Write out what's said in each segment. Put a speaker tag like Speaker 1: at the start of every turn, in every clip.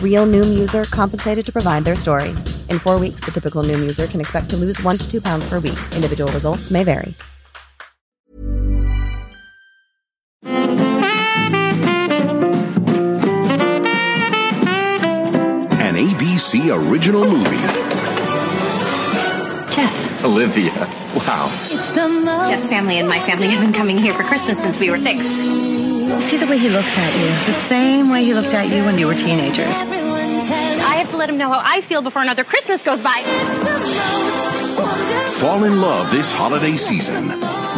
Speaker 1: Real Noom user compensated to provide their story. In four weeks, the typical Noom user can expect to lose one to two pounds per week. Individual results may vary.
Speaker 2: An ABC original movie.
Speaker 3: Jeff.
Speaker 2: Olivia. Wow.
Speaker 3: Jeff's family and my family have been coming here for Christmas since we were six.
Speaker 4: See the way he looks at you. The same way he looked at you when you were teenagers.
Speaker 3: I have to let him know how I feel before another Christmas goes by.
Speaker 2: Fall in love this holiday season.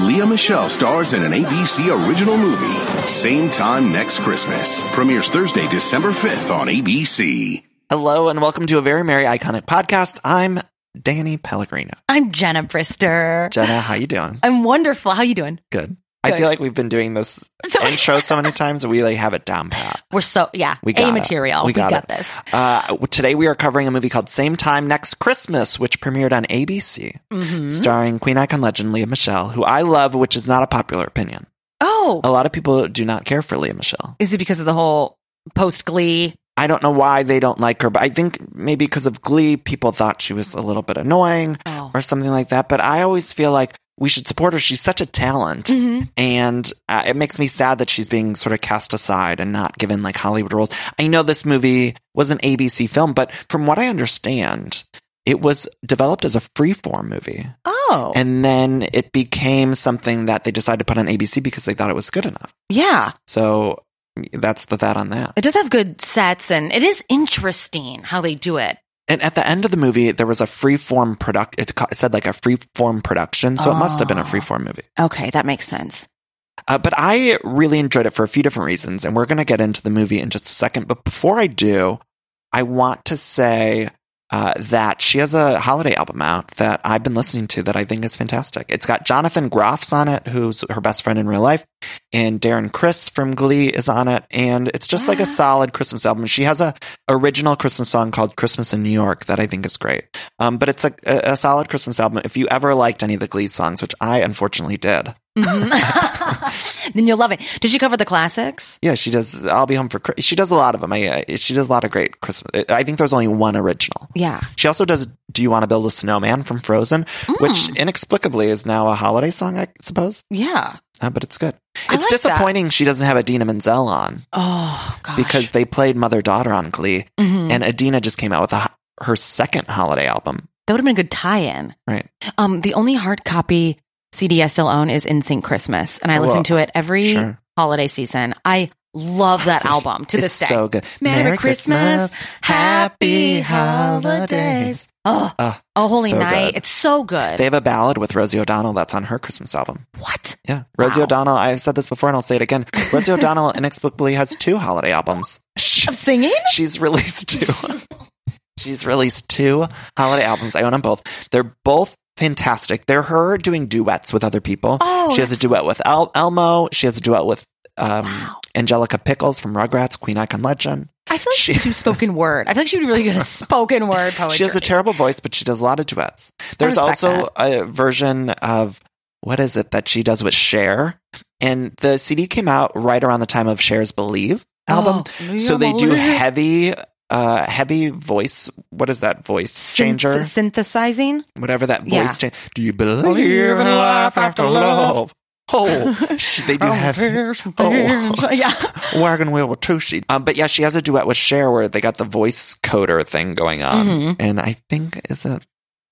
Speaker 2: Leah Michelle stars in an ABC original movie. Same time next Christmas. Premieres Thursday, December 5th on ABC.
Speaker 5: Hello and welcome to a very merry iconic podcast. I'm Danny Pellegrino.
Speaker 6: I'm Jenna Brister.
Speaker 5: Jenna, how you doing?
Speaker 6: I'm wonderful. How you doing?
Speaker 5: Good. I
Speaker 6: Good.
Speaker 5: feel like we've been doing this
Speaker 6: So-
Speaker 5: intro so many times that we like have it down pat.
Speaker 6: We're so yeah.
Speaker 5: We
Speaker 6: a
Speaker 5: got it.
Speaker 6: material.
Speaker 5: We
Speaker 6: We,
Speaker 5: got
Speaker 6: got,
Speaker 5: it.
Speaker 6: this.
Speaker 5: Uh, today we are covering a movie called Same Time Next Christmas, which premiered on ABC,
Speaker 6: Mm-hmm.
Speaker 5: starring Queen Icon legend Leah Michelle, who I love, which is not a popular opinion.
Speaker 6: Oh,
Speaker 5: A lot of people do not care for Leah Michelle.
Speaker 6: is it because of the whole post Glee?
Speaker 5: I don't know why they don't like her, but I think maybe because of Glee, people thought she was a little bit annoying
Speaker 6: Oh.
Speaker 5: or something like that. But I always feel like we should support her. She's such a talent. And uh, it makes me sad that she's being sort of cast aside and not given like Hollywood roles. I know this movie was an ABC film, but from what I understand, it was developed as a freeform movie.
Speaker 6: Oh,
Speaker 5: And then it became something that they decided to put on ABC because they thought it was good enough.
Speaker 6: yeah.
Speaker 5: So that's the that on that.
Speaker 6: It does have good sets, and it is interesting how they do it.
Speaker 5: And at the end of the movie, there was a free form product. It ca- it said like a free form production, so it must have been a free form movie.
Speaker 6: Okay, that makes sense.
Speaker 5: Uh, but I really enjoyed it for a few different reasons, and we're going to get into the movie in just a second. But before I do, I want to say uh, that she has a holiday album out that I've been listening to that I think is fantastic. It's got Jonathan Groff's on it, who's her best friend in real life, and Darren Chris from Glee is on it, and it's just like a solid Christmas album. She has a original Christmas song called "Christmas in New York" that I think is great. Um, but it's a, a a solid Christmas album. If you ever liked any of the Glee songs, which I unfortunately did,
Speaker 6: then you'll love it. Did she cover the classics?
Speaker 5: Yeah, she does. I'll be home for. Chri- She does a lot of them. I, I, she does a lot of great Christmas. uh, I think there's only one original.
Speaker 6: Yeah.
Speaker 5: She also does "Do You Want to Build a Snowman" from Frozen, which
Speaker 6: Mm.
Speaker 5: inexplicably is now a holiday song, I suppose.
Speaker 6: Yeah.
Speaker 5: Uh, but it's good.
Speaker 6: I
Speaker 5: it's
Speaker 6: like that.
Speaker 5: disappointing she doesn't have Adina Menzel on
Speaker 6: Oh gosh. Mm-hmm.
Speaker 5: because they played mother daughter on Glee, and Adina just came out with a, ho- her second holiday album.
Speaker 6: that would have been a good tie-in.
Speaker 5: Right.
Speaker 6: Um, the only hard copy CD I still own is In Sync Christmas, and I
Speaker 5: Well,
Speaker 6: listen to it every
Speaker 5: sure.
Speaker 6: holiday season. I love that album to this
Speaker 5: It's
Speaker 6: day.
Speaker 5: so good.
Speaker 6: Merry, Christmas, Happy Holidays. Oh,
Speaker 5: Uh,
Speaker 6: oh, holy
Speaker 5: so
Speaker 6: night!
Speaker 5: good.
Speaker 6: It's so good.
Speaker 5: They have a ballad with Rosie O'Donnell that's on her Christmas album.
Speaker 6: what?
Speaker 5: Yeah. Rosie O'Donnell, I've said this before and I'll say it again. Rosie O'Donnell inexplicably has two holiday albums.
Speaker 6: Of singing?
Speaker 5: She's released two. She's released two holiday albums. I own them both. They're both fantastic. They're her doing duets with other people.
Speaker 6: Oh,
Speaker 5: she has a duet with El- Elmo. She has a duet with um,
Speaker 6: Wow.
Speaker 5: Angelica Pickles from Rugrats, Queen Icon Legend.
Speaker 6: I feel like she,
Speaker 5: She-
Speaker 6: should do spoken word. I feel like she would be really good at spoken word poetry.
Speaker 5: She has a terrible voice, but she does a lot of duets. There's
Speaker 6: respect
Speaker 5: also a version of what is it that she does with Cher? And the CD came out right around the time of Cher's Believe album.
Speaker 6: Oh,
Speaker 5: so they do
Speaker 6: Believe.
Speaker 5: heavy uh heavy voice what is that voice
Speaker 6: Synth-
Speaker 5: changer?
Speaker 6: synthesizing.
Speaker 5: Whatever that voice
Speaker 6: Yeah.
Speaker 5: change. Do you believe in life after love? Oh, sh- they do have
Speaker 6: oh. yeah.
Speaker 5: wagon wheel with two sheets. Um, but yeah, she has a duet with Cher where they got the voice coder thing going on,
Speaker 6: Mhm.
Speaker 5: and I think is it.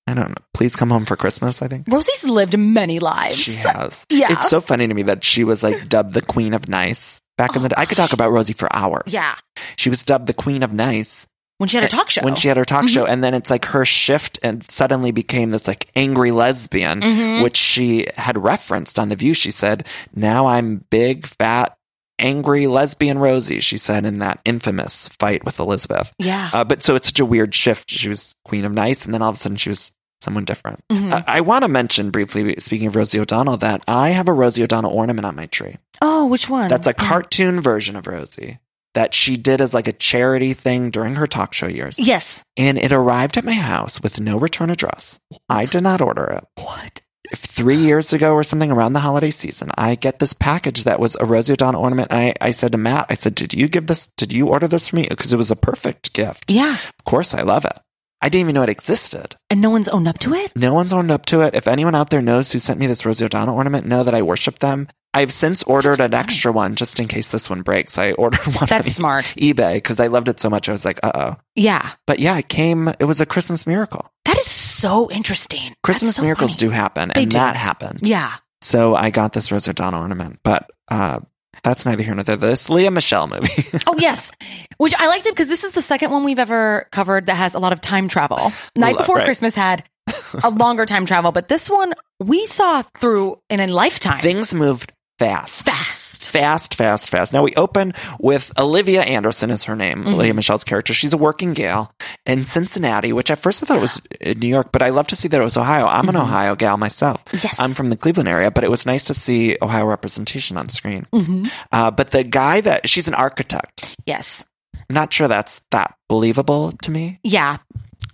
Speaker 5: I don't know. Please come home for Christmas. I think
Speaker 6: Rosie's lived many lives.
Speaker 5: she has.
Speaker 6: yeah.
Speaker 5: it's so funny to me that she was like dubbed the Queen of Nice back in the. day. I could talk about Rosie for hours.
Speaker 6: Oh, yeah.
Speaker 5: she was dubbed the Queen of Nice
Speaker 6: When she had her talk show. Mm-hmm.
Speaker 5: Eh, when she had her talk show, and then it's like her shift and suddenly became this like angry lesbian,
Speaker 6: Mm-hmm.
Speaker 5: which she had referenced on the View. She said, "Now I'm big fat." Angry lesbian Rosie, she said in that infamous fight with Elizabeth.
Speaker 6: Yeah.
Speaker 5: Uh, but so it's such a weird shift. She was Queen of Nice, and then all of a sudden she was someone different.
Speaker 6: Mm-hmm.
Speaker 5: I, I want to mention briefly, speaking of Rosie O'Donnell, that I have a Rosie O'Donnell ornament on my tree.
Speaker 6: oh, which one?
Speaker 5: That's a cartoon version of Rosie that she did as like a charity thing during her talk show years.
Speaker 6: Yes.
Speaker 5: And it arrived at my house with no return address. I did not order it.
Speaker 6: What?
Speaker 5: Three years ago or something around the holiday season, I get this package that was a Rosie O'Donnell ornament. And I, I said to Matt, I said, Did you give this? Did you order this for me? Because it was a perfect gift.
Speaker 6: Yeah.
Speaker 5: Of course, I love it. I didn't even know it existed.
Speaker 6: And no one's owned up to it?
Speaker 5: No one's owned up to it. If anyone out there knows who sent me this Rosie O'Donnell ornament, know that I worship them. I've since ordered an extra one just in case this one breaks. I ordered one
Speaker 6: That's
Speaker 5: on
Speaker 6: smart.
Speaker 5: eBay because I loved it so much. I was like, uh oh.
Speaker 6: Yeah.
Speaker 5: But yeah, it came. It was a Christmas miracle.
Speaker 6: That is so interesting.
Speaker 5: Christmas
Speaker 6: That's so
Speaker 5: miracles
Speaker 6: funny.
Speaker 5: do happen,
Speaker 6: They
Speaker 5: and
Speaker 6: do.
Speaker 5: that happened.
Speaker 6: Yeah.
Speaker 5: So I got this Rosie O'Donnell ornament, but uh, that's neither here nor there. This Leah Michelle movie.
Speaker 6: Oh yes, which I liked it because this is the second one we've ever covered that has a lot of time travel. Night
Speaker 5: Lo-
Speaker 6: Before
Speaker 5: right.
Speaker 6: Christmas had a longer time travel, but this one we saw through in a lifetime.
Speaker 5: Things moved fast.
Speaker 6: Fast.
Speaker 5: fast, fast, fast. Now we open with Olivia Anderson is her name,
Speaker 6: Mm-hmm.
Speaker 5: Leah Michelle's character. She's a working gal in Cincinnati, which at first I thought was uh, New York, but I love to see that it was Ohio. I'm an Ohio gal myself.
Speaker 6: Mm-hmm. Yes.
Speaker 5: I'm from the Cleveland area, but it was nice to see Ohio representation on screen.
Speaker 6: Mm-hmm.
Speaker 5: Uh, but the guy that she's an architect.
Speaker 6: Yes.
Speaker 5: Not sure that's that believable to me.
Speaker 6: Yeah.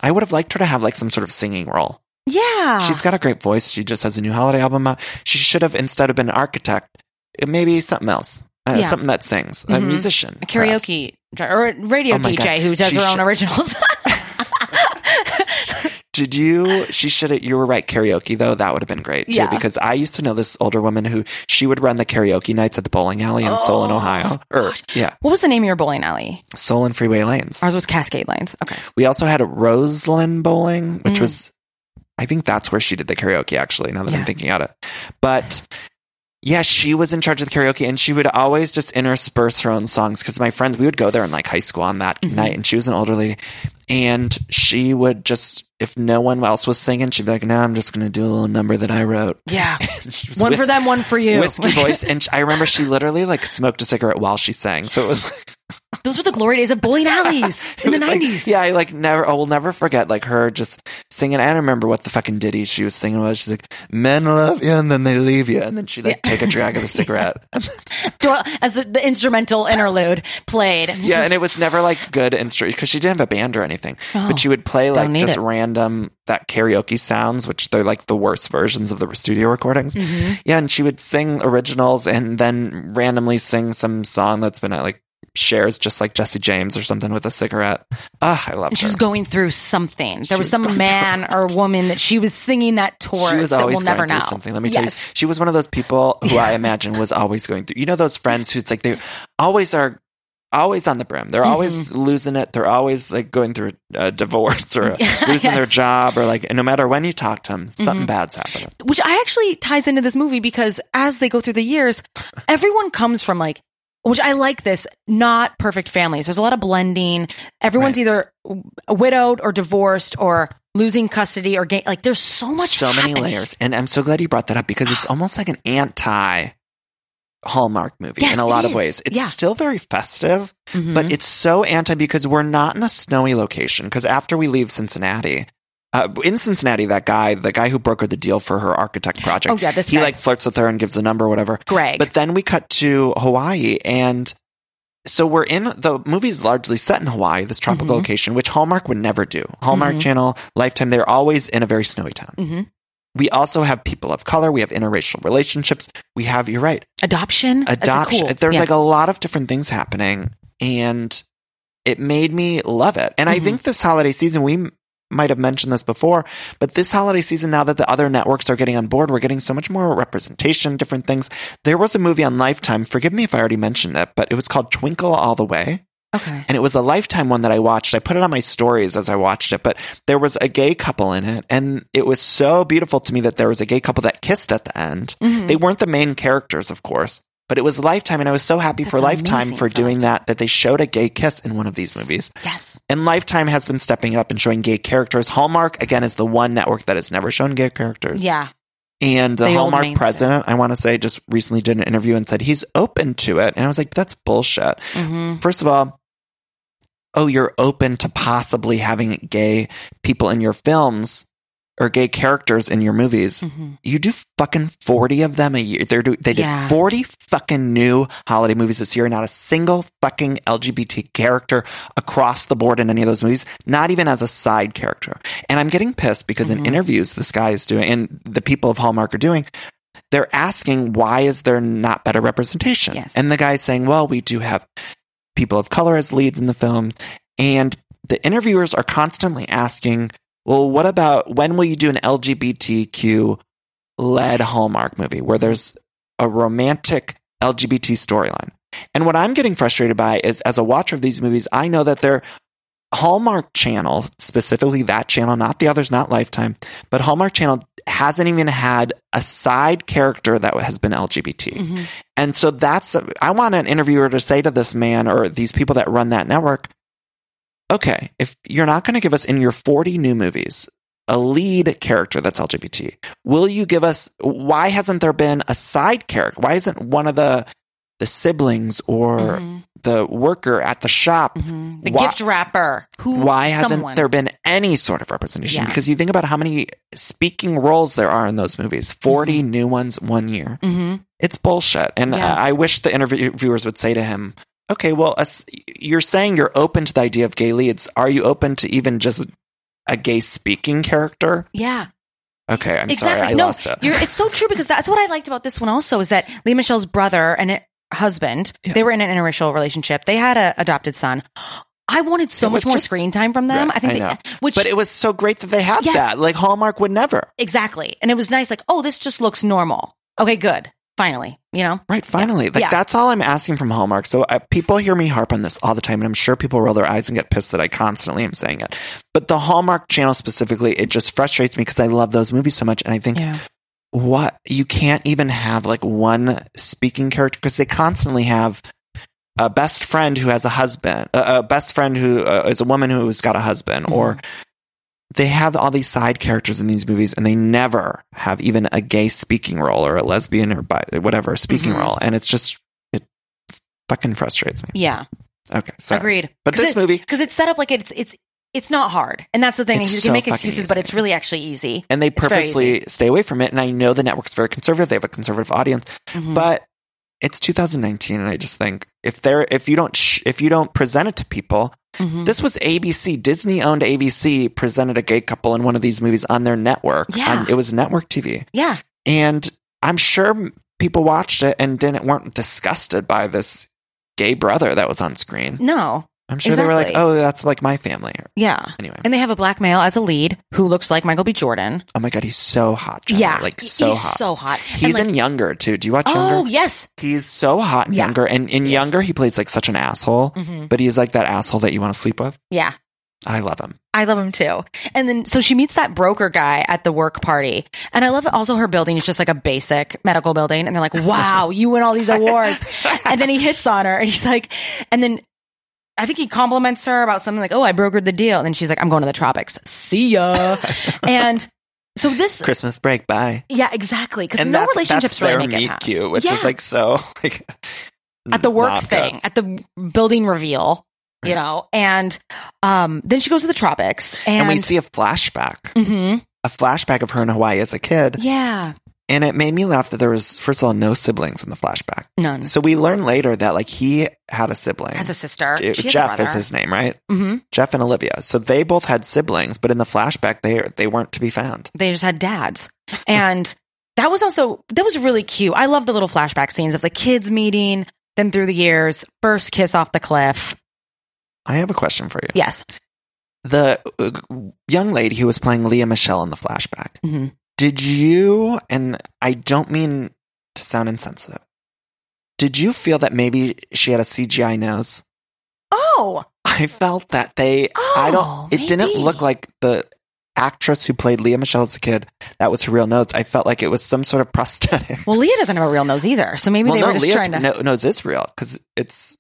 Speaker 5: I would have liked her to have like some sort of singing role.
Speaker 6: Yeah.
Speaker 5: She's got a great voice. She just has a new holiday album out. She should have, instead of been an architect, it may be something else. Uh,
Speaker 6: Yeah.
Speaker 5: Something that sings, a
Speaker 6: Mhm.
Speaker 5: musician.
Speaker 6: a
Speaker 5: perhaps.
Speaker 6: karaoke dr- or a radio
Speaker 5: Oh my
Speaker 6: DJ
Speaker 5: God.
Speaker 6: who does
Speaker 5: She
Speaker 6: her own
Speaker 5: should-
Speaker 6: originals.
Speaker 5: Did you? She should have, you were right. Karaoke, though, that would have been great too.
Speaker 6: Yeah.
Speaker 5: Because I used to know this older woman who she would run the karaoke nights at the bowling alley in Solon,
Speaker 6: Oh,
Speaker 5: Ohio. Or, yeah,
Speaker 6: what was the name of your bowling alley?
Speaker 5: Solon Freeway Lanes.
Speaker 6: Ours was Cascade Lanes. Okay.
Speaker 5: We also had a Roseland Bowling,
Speaker 6: Mm.
Speaker 5: which was, I think that's where she did the karaoke, actually, now that
Speaker 6: Yeah.
Speaker 5: I'm thinking about it. But yeah, she was in charge of the karaoke and she would always just intersperse her own songs because my friends, we would go there in like high school on that
Speaker 6: Mm-hmm.
Speaker 5: night and she was an older lady. And she would just, if no one else was singing, she'd be like, no, I'm just going to do a little number that I wrote.
Speaker 6: Yeah.
Speaker 5: She was
Speaker 6: one for
Speaker 5: whis-
Speaker 6: them, one for you.
Speaker 5: Whiskey voice. And sh- I remember she literally like smoked a cigarette while she sang. So it was
Speaker 6: Those were the glory days of bowling alleys in the
Speaker 5: it was like-
Speaker 6: nineties.
Speaker 5: yeah, I like never. I will never forget like her just singing. I don't remember what the fucking ditty she was singing was. She's like, "Men love you and then they leave you," and then she like take a drag of the cigarette.
Speaker 6: As the, the instrumental interlude played.
Speaker 5: yeah, and it was never like good instrument because she didn't have a band or anything. but she would play
Speaker 6: Oh. don't
Speaker 5: like
Speaker 6: need
Speaker 5: just
Speaker 6: it.
Speaker 5: random that karaoke sounds, which they're like the worst versions of the studio recordings.
Speaker 6: Mm-hmm.
Speaker 5: Yeah, and she would sing originals and then randomly sing some song that's been at like. Shares just like Jesse James or something with a cigarette. Ah, I love.
Speaker 6: And she
Speaker 5: her.
Speaker 6: was going through something. There was,
Speaker 5: was
Speaker 6: some
Speaker 5: going
Speaker 6: man or woman that she was singing that towards
Speaker 5: She was
Speaker 6: that
Speaker 5: always
Speaker 6: we'll
Speaker 5: going
Speaker 6: never
Speaker 5: through
Speaker 6: know.
Speaker 5: something. Let me
Speaker 6: Yes.
Speaker 5: tell you, she was one of those people who I imagine was always going through. You know those friends who's like they always are, always on the brim. They're always
Speaker 6: Mm-hmm.
Speaker 5: losing it. They're always like going through a divorce or losing their
Speaker 6: Yes. Mm-hmm.
Speaker 5: job or like. And no matter when you talk to them, something bad's happening.
Speaker 6: Which I actually ties into this movie because as they go through the years, everyone comes from like which I like this, not perfect families. There's a lot of blending. Everyone's
Speaker 5: Right.
Speaker 6: either w- widowed or divorced or losing custody or ga- like there's so much
Speaker 5: so many
Speaker 6: happening.
Speaker 5: layers, and I'm so glad you brought that up because it's almost like an anti. Hallmark movie
Speaker 6: Yes,
Speaker 5: in a lot
Speaker 6: it
Speaker 5: of
Speaker 6: is.
Speaker 5: ways. It's
Speaker 6: Yeah. Mm-hmm.
Speaker 5: still very festive, but it's so anti because we're not in a snowy location. Because after we leave Cincinnati, uh, in Cincinnati, that guy, the guy who brokered the deal for her architect project,
Speaker 6: Oh, yeah, this
Speaker 5: he
Speaker 6: guy.
Speaker 5: like flirts with her and gives a number, whatever.
Speaker 6: Greg.
Speaker 5: But then we cut to Hawaii, and so we're in the movie's largely set in Hawaii, this tropical location, which Hallmark would never do. Hallmark Channel, Lifetime, they're always in a very snowy town. We also have people of color. We have interracial relationships. We have, you're right,
Speaker 6: Adoption. That's a
Speaker 5: adoption.
Speaker 6: cool-
Speaker 5: There's
Speaker 6: yeah.
Speaker 5: like a lot of different things happening, and it made me love it.
Speaker 6: Mm-hmm.
Speaker 5: And I think this holiday season, we m- might have mentioned this before, but this holiday season, now that the other networks are getting on board, we're getting so much more representation, different things. There was a movie on Lifetime. Forgive me if I already mentioned it, but it was called Twinkle All the Way.
Speaker 6: okay.
Speaker 5: And it was a lifetime one that I watched. I put it on my stories as I watched it, but there was a gay couple in it. And it was so beautiful to me that there was a gay couple that kissed at the end.
Speaker 6: Mm-hmm.
Speaker 5: They weren't the main characters, of course, but it was lifetime. And I was so happy for
Speaker 6: That's
Speaker 5: lifetime
Speaker 6: amazing
Speaker 5: for
Speaker 6: for
Speaker 5: doing that, that they showed a gay kiss in one of these movies.
Speaker 6: Yes.
Speaker 5: And Lifetime has been stepping it up and showing gay characters. Hallmark, again, is the one network that has never shown gay characters.
Speaker 6: Yeah.
Speaker 5: And the,
Speaker 6: The old
Speaker 5: Hallmark
Speaker 6: mainstay.
Speaker 5: president, I want to say, just recently did an interview and said he's open to it. And I was like, that's bullshit. First of all, oh, you're open to possibly having gay people in your films or gay characters in your movies. You do fucking 40 of them a year. They're do, they did
Speaker 6: Yeah.
Speaker 5: 40 fucking new holiday movies this year. Not a single fucking LGBT character across the board in any of those movies, not even as a side character. And I'm getting pissed because in interviews this guy is doing and the people of Hallmark are doing, they're asking why is there not better representation?
Speaker 6: Yes.
Speaker 5: And the guy's saying, well, we do have people of color as leads in the films. And the interviewers are constantly asking, well, what about when will you do an LGBTQ led Hallmark movie where there's a romantic LGBT storyline? And what I'm getting frustrated by is as a watcher of these movies, I know that they're Hallmark Channel, specifically that channel, not the others, not Lifetime, but Hallmark Channel hasn't even had a side character that has been LGBT.
Speaker 6: Mm-hmm.
Speaker 5: And so that's the, I want an interviewer to say to this man or these people that run that network, okay, if you're not going to give us in your 40 new movies a lead character that's LGBT, will you give us, why hasn't there been a side character? Why isn't one of the, the siblings or the worker at the shop
Speaker 6: Mm-hmm. The
Speaker 5: why-
Speaker 6: gift wrapper. Who?
Speaker 5: why hasn't
Speaker 6: someone.
Speaker 5: there been any sort of representation?
Speaker 6: Yeah.
Speaker 5: Because you think about how many speaking roles there are in those movies 40 new ones one year. It's bullshit. And
Speaker 6: Mm-hmm. Yeah.
Speaker 5: I, I wish the interviewers would say to him, okay, well, us you're saying you're open to the idea of gay leads. Are you open to even just a gay speaking character?
Speaker 6: Yeah.
Speaker 5: Okay, I'm
Speaker 6: exactly.
Speaker 5: sorry. I
Speaker 6: no,
Speaker 5: lost it.
Speaker 6: You're, it's so true because that's what I liked about this one also is that Lee Michelle's brother and it- husband, they
Speaker 5: Yes.
Speaker 6: were in an interracial relationship. They had an adopted son. I wanted so
Speaker 5: It
Speaker 6: much
Speaker 5: was
Speaker 6: more
Speaker 5: just-
Speaker 6: screen time from them.
Speaker 5: Right,
Speaker 6: I think, they-
Speaker 5: know.
Speaker 6: which
Speaker 5: but it was so great that they had
Speaker 6: Yes.
Speaker 5: that. Like Hallmark would never.
Speaker 6: exactly, and it was nice. Like, oh, this just looks normal. Okay, good. Finally, you know.
Speaker 5: Right, finally. Like
Speaker 6: Yeah.
Speaker 5: that's all I'm asking from Hallmark. So uh, people hear me harp on this all the time, and I'm sure people roll their eyes and get pissed that I constantly am saying it. But the Hallmark channel specifically, it just frustrates me because I love those movies so much, and I think
Speaker 6: Yeah.
Speaker 5: what you can't even have like one speaking character because they constantly have a best friend who has a husband, a, a best friend who uh, is a woman who's got a husband, or they have all these side characters in these movies and they never have even a gay speaking role or a lesbian or bi- whatever speaking role. And it's just, it fucking frustrates me.
Speaker 6: Yeah.
Speaker 5: Okay. Sorry.
Speaker 6: Agreed.
Speaker 5: But this movie-
Speaker 6: because it's set up like it's it's it's not hard, and that's the thing.
Speaker 5: It's
Speaker 6: you
Speaker 5: so
Speaker 6: can make
Speaker 5: fucking
Speaker 6: excuses, but
Speaker 5: easy.
Speaker 6: it's really actually easy.
Speaker 5: and they
Speaker 6: It's very
Speaker 5: purposely
Speaker 6: easy.
Speaker 5: stay away from it. And I know the network's very conservative; they have a conservative audience,
Speaker 6: Mm-hmm.
Speaker 5: but it's 2019, and I just think if they're if you don't sh- if you don't present it to people,
Speaker 6: Mm-hmm.
Speaker 5: this was ABC, Disney owned ABC presented a gay couple in one of these movies on their network.
Speaker 6: Yeah.
Speaker 5: On- it was network TV,
Speaker 6: yeah,
Speaker 5: and I'm sure people watched it and didn't weren't disgusted by this gay brother that was on screen.
Speaker 6: no,
Speaker 5: I'm sure they were like,
Speaker 6: exactly.
Speaker 5: "Oh, that's like my family."
Speaker 6: yeah.
Speaker 5: Anyway.
Speaker 6: and they have a black male as a lead who looks like Michael B. Jordan.
Speaker 5: Oh my god, he's so hot. Jenna.
Speaker 6: Yeah,
Speaker 5: like
Speaker 6: he-
Speaker 5: so
Speaker 6: he's
Speaker 5: hot.
Speaker 6: so hot. And,
Speaker 5: He's
Speaker 6: like-
Speaker 5: in younger too. Do you watch younger?
Speaker 6: Oh yes,
Speaker 5: He's so hot in
Speaker 6: Yeah. Mm-hmm.
Speaker 5: younger, and in
Speaker 6: He is.
Speaker 5: younger he plays like such an asshole, but he's like that asshole that you want to sleep with.
Speaker 6: yeah.
Speaker 5: I love him.
Speaker 6: I love him too. And then so she meets that broker guy at the work party. And I love that also her building is just like a basic medical building. And they're like, wow, you win all these awards. and then he hits on her and he's like, and then I think he compliments her about something like, oh, I brokered the deal. And then she's like, I'm going to the tropics. See ya. and so this,
Speaker 5: Christmas break, bye.
Speaker 6: yeah, exactly. Because
Speaker 5: And
Speaker 6: no
Speaker 5: that's,
Speaker 6: relationships
Speaker 5: that's
Speaker 6: really
Speaker 5: their
Speaker 6: make it
Speaker 5: meet
Speaker 6: past.
Speaker 5: cute, which
Speaker 6: Yeah.
Speaker 5: is like so like
Speaker 6: at the work
Speaker 5: not good.
Speaker 6: thing, at the building reveal, you know. And um, then she goes to the tropics, and,
Speaker 5: And, we see a flashback,
Speaker 6: Mhm.
Speaker 5: a flashback of her in Hawaii as a kid,
Speaker 6: yeah,
Speaker 5: And it made me laugh that there was, first of all, no siblings in the flashback.
Speaker 6: None.
Speaker 5: So we learn later that like he had a sibling.
Speaker 6: Mm-hmm. Has a sister.
Speaker 5: It-
Speaker 6: She has a
Speaker 5: Jeff is
Speaker 6: brother.
Speaker 5: his name, right?
Speaker 6: Mhm.
Speaker 5: Jeff and Olivia. So they both had siblings, but in the flashback, they they weren't to be found.
Speaker 6: they just had dads and that was also that was really cute i love the little flashback scenes of the kids meeting then through the years first kiss off the cliff
Speaker 5: I have a question for you.
Speaker 6: yes
Speaker 5: The uh, young lady who was playing Leah Michelle in the flashback.
Speaker 6: Mhm.
Speaker 5: Did you? And I don't mean to sound insensitive. Did you feel that maybe she had a CGI nose?
Speaker 6: oh
Speaker 5: I felt that they. I
Speaker 6: Oh,
Speaker 5: don't. It didn't
Speaker 6: maybe.
Speaker 5: look like the actress who played Leah Michelle as a kid. That was her real nose. I felt like it was some sort of prosthetic.
Speaker 6: well leah doesn't have a real nose either so maybe they were just
Speaker 5: Leah's
Speaker 6: trying to
Speaker 5: no, nose is real because it's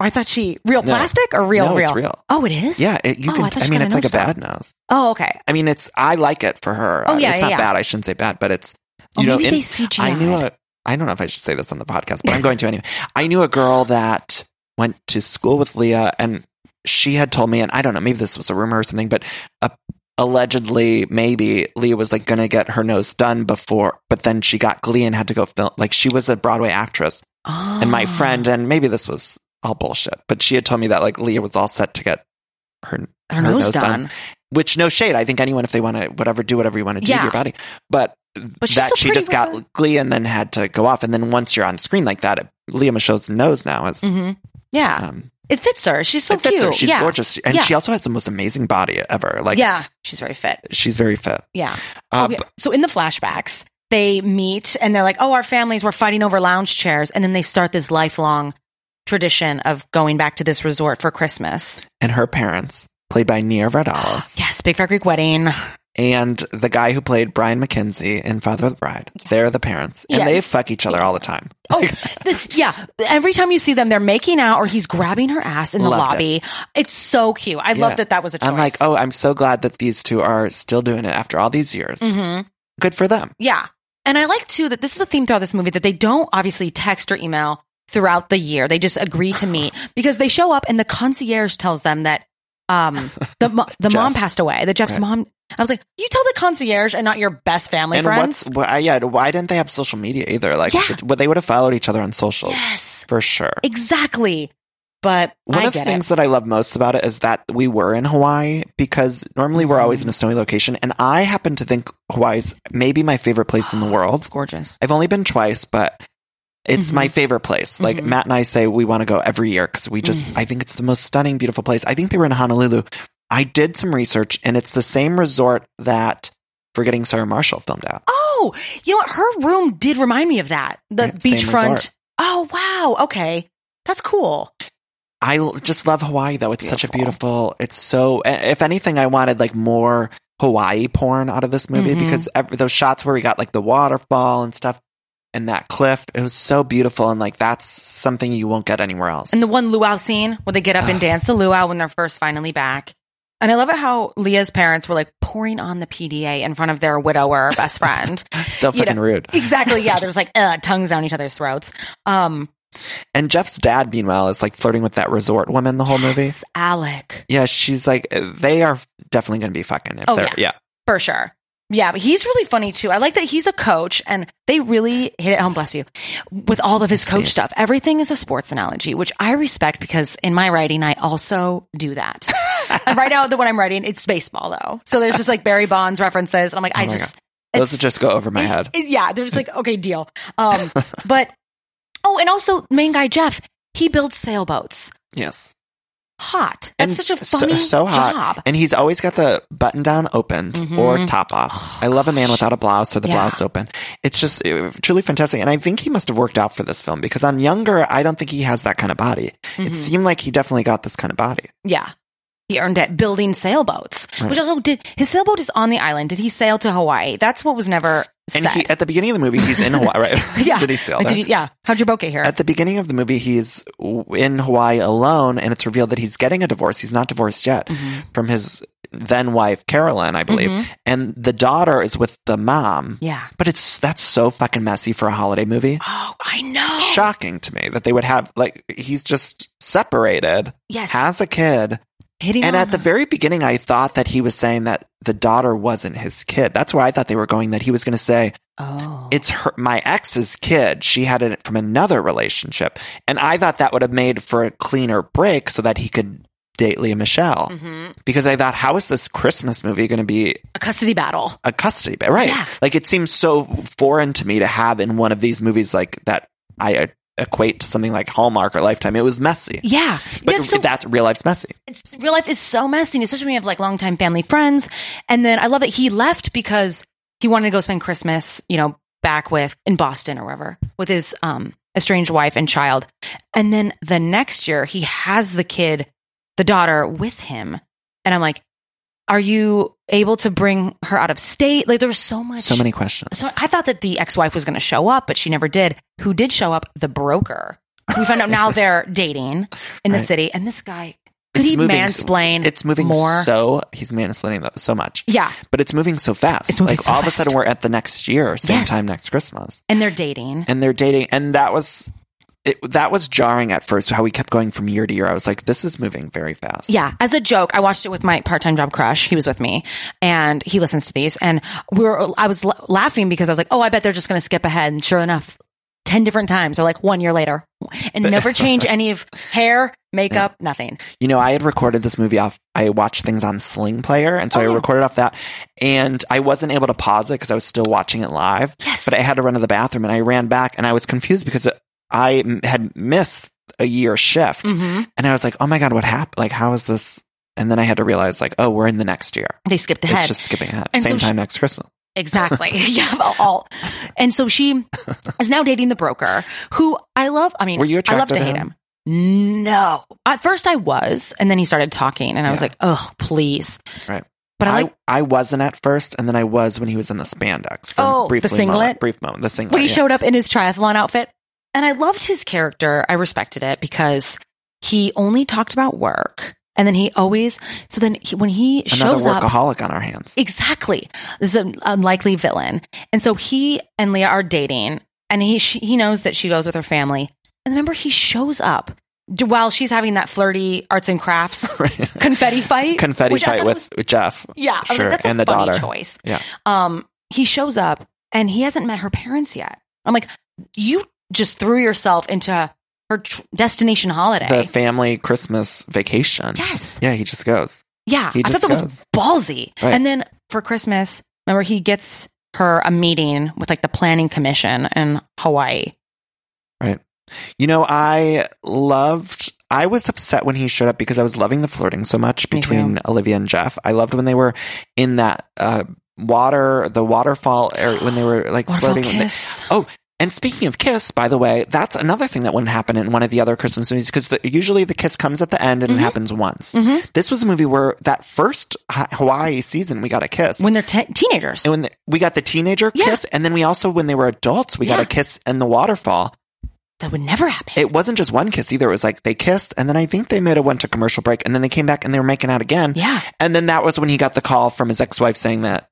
Speaker 6: i thought she real
Speaker 5: No.
Speaker 6: plastic or real
Speaker 5: No,
Speaker 6: real
Speaker 5: it's real.
Speaker 6: oh it is
Speaker 5: yeah. It, you
Speaker 6: Oh,
Speaker 5: can.
Speaker 6: I thought
Speaker 5: I,
Speaker 6: she
Speaker 5: mean,
Speaker 6: got a
Speaker 5: it's like a
Speaker 6: nose job.
Speaker 5: bad nose.
Speaker 6: oh okay
Speaker 5: I mean, it's. I like it for her.
Speaker 6: Oh,
Speaker 5: I-
Speaker 6: yeah,
Speaker 5: it's
Speaker 6: yeah,
Speaker 5: not
Speaker 6: yeah.
Speaker 5: bad. I shouldn't say bad, but it's.
Speaker 6: Oh,
Speaker 5: You know,
Speaker 6: maybe
Speaker 5: in-
Speaker 6: they CGI.
Speaker 5: I knew a. I don't know if I should say this on the podcast, but I'm going to anyway. I knew a girl that went to school with Leah, and she had told me, and I don't know, maybe this was a rumor or something, but uh, allegedly, maybe Leah was like going to get her nose done before, but then she got Glee and had to go film. Like she was a Broadway actress, and my
Speaker 6: Oh.
Speaker 5: friend, and maybe this was all bullshit, but she had told me that like Leah was all set to get her
Speaker 6: her, nose, done.
Speaker 5: which no shade. I think anyone, if they want to, whatever, do whatever you want to do
Speaker 6: Yeah.
Speaker 5: to your body. But,
Speaker 6: But she's
Speaker 5: that
Speaker 6: so
Speaker 5: she
Speaker 6: pretty
Speaker 5: just
Speaker 6: with
Speaker 5: got
Speaker 6: her-
Speaker 5: glee and then had to go off. And then once you're on screen like that, it, Leah Michelle's nose now is.
Speaker 6: hmm yeah
Speaker 5: Um,
Speaker 6: it fits her she's so
Speaker 5: it fits
Speaker 6: cute
Speaker 5: her. She's
Speaker 6: yeah.
Speaker 5: gorgeous, and
Speaker 6: Yeah.
Speaker 5: she also has the most amazing body ever. Like,
Speaker 6: yeah she's very fit
Speaker 5: she's very fit.
Speaker 6: yeah
Speaker 5: Uh,
Speaker 6: Okay,
Speaker 5: b-
Speaker 6: So in the flashbacks, they meet and they're like, "Oh, our families were fighting over lounge chairs," and then they start this lifelong tradition of going back to this resort for Christmas.
Speaker 5: and her parents, played by Nia Vardalos,
Speaker 6: Yes, big fat Greek wedding.
Speaker 5: and the guy who played Brian McKenzie in Father of the Bride. They're the parents, and they
Speaker 6: Yes.
Speaker 5: fuck each other all the time.
Speaker 6: Oh, the, yeah. Every time you see them, they're making out or he's grabbing her ass in the
Speaker 5: Loved it.
Speaker 6: lobby. It's so cute. I
Speaker 5: Yeah.
Speaker 6: love that that was a choice.
Speaker 5: I'm like, oh, I'm so glad that these two are still doing it after all these years.
Speaker 6: Mm-hmm.
Speaker 5: Good for them.
Speaker 6: Yeah. And I like too that this is a theme throughout this movie that they don't obviously text or email throughout the year. They just agree to meet because they show up and the concierge tells them that um the mo- the mom
Speaker 5: Jeff.
Speaker 6: passed away. The Jeff's
Speaker 5: Right.
Speaker 6: mom. I was like, you tell the concierge and not your best family
Speaker 5: and
Speaker 6: friends.
Speaker 5: what's why, yeah? Why didn't they have social media either? Like,
Speaker 6: Yeah.
Speaker 5: it- well, they would have followed each other on socials,
Speaker 6: Yes.
Speaker 5: for sure.
Speaker 6: Exactly. But
Speaker 5: One
Speaker 6: I
Speaker 5: of the
Speaker 6: get
Speaker 5: things
Speaker 6: it.
Speaker 5: that I love most about it is that we were in Hawaii because normally we're always
Speaker 6: Mm-hmm.
Speaker 5: in a snowy location, and I happen to think Hawaii's maybe my favorite place in the world.
Speaker 6: It's gorgeous.
Speaker 5: I've only been twice, but it's my
Speaker 6: Mm-hmm.
Speaker 5: favorite place. Like Matt and I say, we want to go every year because we just,
Speaker 6: Mm.
Speaker 5: I think it's the most stunning, beautiful place. I think they were in Honolulu. I did some research, and it's the same resort that Forgetting Sarah Marshall filmed at.
Speaker 6: Oh, you know what? Her room did remind me of that. The
Speaker 5: Yeah, same
Speaker 6: beachfront.
Speaker 5: resort.
Speaker 6: Oh wow. Okay. That's cool.
Speaker 5: I l- just love Hawaii though. It's, such a beautiful. It's so. a- If anything, I wanted like more Hawaii porn out of this movie
Speaker 6: Mhm.
Speaker 5: because ev those shots where we got like the waterfall and stuff and that cliff, it was so beautiful and like that's something you won't get anywhere else.
Speaker 6: And the one luau scene where they get up and dance the luau when they're first finally back. And I love it how Leah's parents were like pouring on the PDA in front of their widower best friend.
Speaker 5: so
Speaker 6: you know,
Speaker 5: fucking rude.
Speaker 6: exactly. Yeah. There's like uh, tongues down each other's throats. Um,
Speaker 5: And Jeff's dad, meanwhile, is like flirting with that resort woman the whole movie.
Speaker 6: yes, Alec,
Speaker 5: Yeah, she's like they are definitely going to be fucking. If
Speaker 6: Oh,
Speaker 5: they're,
Speaker 6: yeah. for sure. Yeah. But he's really funny too. I like that he's a coach and they really hit it home, bless you, with all of his coach stuff. Everything is a sports analogy, which I respect because in my writing, I also do that. and right now, the one I'm writing, it's baseball though. So there's just like Barry Bonds references. And I'm like, I
Speaker 5: Oh my
Speaker 6: just,
Speaker 5: those would just go over my
Speaker 6: It-
Speaker 5: head.
Speaker 6: it- yeah, they're just like, okay, deal. Um, but oh, and also main guy Jeff, he builds sailboats.
Speaker 5: yes.
Speaker 6: Hot. That's
Speaker 5: And
Speaker 6: such a
Speaker 5: so-
Speaker 6: funny
Speaker 5: so, hot.
Speaker 6: job. Mm-hmm.
Speaker 5: And he's always got the button down opened or top off. I love a man without a blouse or the
Speaker 6: Yeah.
Speaker 5: blouse open. It's just uh, truly fantastic. And I think he must have worked out for this film because on younger, I don't think he has that kind of body.
Speaker 6: Mm-hmm.
Speaker 5: It seemed like he definitely got this kind of body.
Speaker 6: yeah. He earned it building sailboats,
Speaker 5: Right.
Speaker 6: which also did his sailboat is on the island. Did he sail to Hawaii? That's what was never
Speaker 5: And
Speaker 6: said.
Speaker 5: he, at the beginning of the movie, he's in Hawaii, right?
Speaker 6: yeah.
Speaker 5: Did he sail?
Speaker 6: Like,
Speaker 5: there?
Speaker 6: did he- yeah. How'd your boat get here?
Speaker 5: At the beginning of the movie, he's w- in Hawaii alone, and it's revealed that he's getting a divorce. He's not divorced yet
Speaker 6: Mm-hmm.
Speaker 5: from his then wife, Carolyn, I believe. And the daughter is with the mom.
Speaker 6: Yeah.
Speaker 5: But it's that's so fucking messy for a holiday movie.
Speaker 6: oh, I know.
Speaker 5: Shocking to me that they would have, like, he's just separated,
Speaker 6: Yes.
Speaker 5: has a kid.
Speaker 6: Hitting
Speaker 5: And
Speaker 6: on
Speaker 5: at the very beginning, I thought that he was saying that the daughter wasn't his kid. That's where I thought they were going, that he was going to say,
Speaker 6: Oh.
Speaker 5: It's her, my ex's kid. She had it from another relationship. And I thought that would have made for a cleaner break so that he could date Leah Michelle.
Speaker 6: Mm-hmm.
Speaker 5: Because I thought, how is this Christmas movie going to be
Speaker 6: a custody battle.
Speaker 5: a custody ba- Right.
Speaker 6: Yeah.
Speaker 5: Like it seems so foreign to me to have in one of these movies like that I uh, equate to something like Hallmark or Lifetime. It was messy.
Speaker 6: Yeah.
Speaker 5: But
Speaker 6: yeah, so
Speaker 5: that's real life's messy.
Speaker 6: real life is so messy, especially when you have like longtime family friends. And then I love that he left because he wanted to go spend Christmas, you know, back with in Boston or wherever with his um estranged wife and child. And then the next year he has the kid, the daughter with him. And I'm like, are you able to bring her out of state? Like there was so much
Speaker 5: So many questions.
Speaker 6: so I thought that the ex-wife was going to show up, but she never did. Who did show up? The broker. We found out now they're dating in the
Speaker 5: Right.
Speaker 6: city, and this guy could he
Speaker 5: moving-
Speaker 6: mansplain?
Speaker 5: It's moving
Speaker 6: more.
Speaker 5: so he's mansplaining tho- so much.
Speaker 6: yeah,
Speaker 5: But it's moving so fast.
Speaker 6: It's moving
Speaker 5: like
Speaker 6: so
Speaker 5: all
Speaker 6: fast.
Speaker 5: of a sudden we're at the next year, same
Speaker 6: Yes.
Speaker 5: time next Christmas.
Speaker 6: and they're dating.
Speaker 5: And they're dating and that was it, that was jarring at first how we kept going from year to year. I was like, this is moving very fast.
Speaker 6: Yeah, as a joke, I watched it with my part-time job crush. He was with me, and he listens to these, and we were. I was la- laughing because I was like, "Oh, I bet they're just going to skip ahead." And sure enough, ten different times, or like one year later, and never change any of hair, makeup, nothing.
Speaker 5: You know, I had recorded this movie off. I watched things on Sling Player, and so
Speaker 6: Oh,
Speaker 5: I
Speaker 6: yeah.
Speaker 5: recorded off that. And I wasn't able to pause it because I was still watching it live.
Speaker 6: Yes.
Speaker 5: But I had to run to the bathroom, and I ran back, and I was confused because I m- had missed a year shift,
Speaker 6: Mm-hmm.
Speaker 5: and I was like, "Oh my god, what happened? Like, how is this?" And then I had to realize, like, "Oh, we're in the next year.
Speaker 6: They skipped ahead.
Speaker 5: It's just skipping ahead.
Speaker 6: And so
Speaker 5: Same
Speaker 6: she-
Speaker 5: time next Christmas."
Speaker 6: Exactly. yeah. well, All. And so she is now dating the broker who I love. I mean,
Speaker 5: Were you
Speaker 6: I love
Speaker 5: attracted
Speaker 6: to,
Speaker 5: to
Speaker 6: hate
Speaker 5: him?
Speaker 6: him. No. At first I was, and then he started talking and I was
Speaker 5: Yeah.
Speaker 6: like, "Oh, please."
Speaker 5: Right.
Speaker 6: But I like
Speaker 5: I, wasn't at first, and then I was when he was in the spandex. For
Speaker 6: Oh,
Speaker 5: a brief
Speaker 6: the
Speaker 5: Moment,
Speaker 6: singlet?
Speaker 5: brief moment. The singlet.
Speaker 6: when he
Speaker 5: yeah.
Speaker 6: showed up in his triathlon outfit. And I loved his character. I respected it because he only talked about work. And then he always, so then he, when he
Speaker 5: another
Speaker 6: shows up,
Speaker 5: workaholic on our hands.
Speaker 6: Exactly. This is an unlikely villain. And so he and Leah are dating, and he she, he knows that she goes with her family. And remember, he shows up d- while she's having that flirty arts and crafts confetti fight.
Speaker 5: confetti
Speaker 6: which I
Speaker 5: fight
Speaker 6: thought
Speaker 5: with,
Speaker 6: was-
Speaker 5: with Jeff.
Speaker 6: yeah, I was like,
Speaker 5: sure,
Speaker 6: that's a
Speaker 5: and the
Speaker 6: funny
Speaker 5: daughter.
Speaker 6: choice.
Speaker 5: Yeah.
Speaker 6: Um, he shows up, and he hasn't met her parents yet. I'm like, you just threw yourself into her tr- destination holiday.
Speaker 5: The family Christmas vacation.
Speaker 6: yes.
Speaker 5: Yeah, he just goes.
Speaker 6: Yeah,
Speaker 5: He
Speaker 6: I thought
Speaker 5: just
Speaker 6: that
Speaker 5: goes.
Speaker 6: was ballsy.
Speaker 5: Right.
Speaker 6: And then for Christmas, remember he gets her a meeting with like the planning commission in Hawaii.
Speaker 5: Right. You know, I loved I was upset when he showed up because I was loving the flirting so much
Speaker 6: Me too.
Speaker 5: between Olivia and Jeff. I loved when they were in that uh water the waterfall area when they were like
Speaker 6: Waterfall
Speaker 5: flirting when they-
Speaker 6: kiss.
Speaker 5: Oh, and speaking of kiss, by the way, that's another thing that wouldn't happen in one of the other Christmas movies because usually the kiss comes at the end
Speaker 6: Mm-hmm.
Speaker 5: and it happens once. This was a movie where that first Ha- Hawaii season we got a kiss.
Speaker 6: When they're te- teenagers.
Speaker 5: and when the, we got the teenager
Speaker 6: Yeah.
Speaker 5: kiss, and then we also when they were adults we got
Speaker 6: Yeah.
Speaker 5: a kiss in the waterfall.
Speaker 6: that would never happen.
Speaker 5: It wasn't just one kiss either. It was like they kissed, and then I think they made a went to commercial break, and then they came back and they were making out again.
Speaker 6: yeah.
Speaker 5: And then that was when he got the call from his ex wife saying that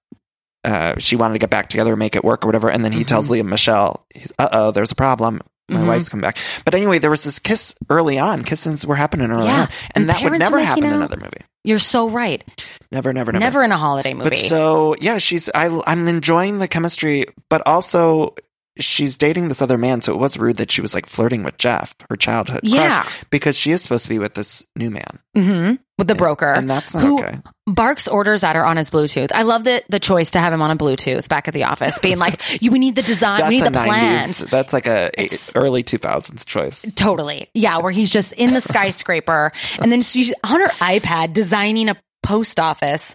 Speaker 5: uh, she wanted to get back together, make it work, or whatever. And then he
Speaker 6: Mm-hmm.
Speaker 5: tells Liam Michelle, "Uh oh, there's a problem." My
Speaker 6: Mhm.
Speaker 5: wife's come back. But anyway, there was this kiss early on. Kisses were happening early
Speaker 6: Yeah.
Speaker 5: on. And
Speaker 6: And
Speaker 5: that would
Speaker 6: parents
Speaker 5: never
Speaker 6: are
Speaker 5: happen
Speaker 6: making
Speaker 5: in
Speaker 6: out.
Speaker 5: another movie.
Speaker 6: You're so right.
Speaker 5: Never, never,
Speaker 6: Never,
Speaker 5: never.
Speaker 6: in a holiday movie.
Speaker 5: But so yeah, she's I I'm enjoying the chemistry, but also she's dating this other man, so it was rude that she was like flirting with Jeff, her childhood
Speaker 6: Yeah.
Speaker 5: crush, because she is supposed to be with this new man,
Speaker 6: hmm With the broker.
Speaker 5: and that's not
Speaker 6: who
Speaker 5: okay.
Speaker 6: Barks orders at her on his Bluetooth. I love the, the choice to have him on a Bluetooth back at the office, being like, you, we need the design,
Speaker 5: That's
Speaker 6: we need
Speaker 5: a
Speaker 6: the plans.
Speaker 5: '90s. That's like a a-
Speaker 6: It's-
Speaker 5: early 2000s choice.
Speaker 6: Totally. Yeah, where he's just in the skyscraper and then she's on her iPad designing a post office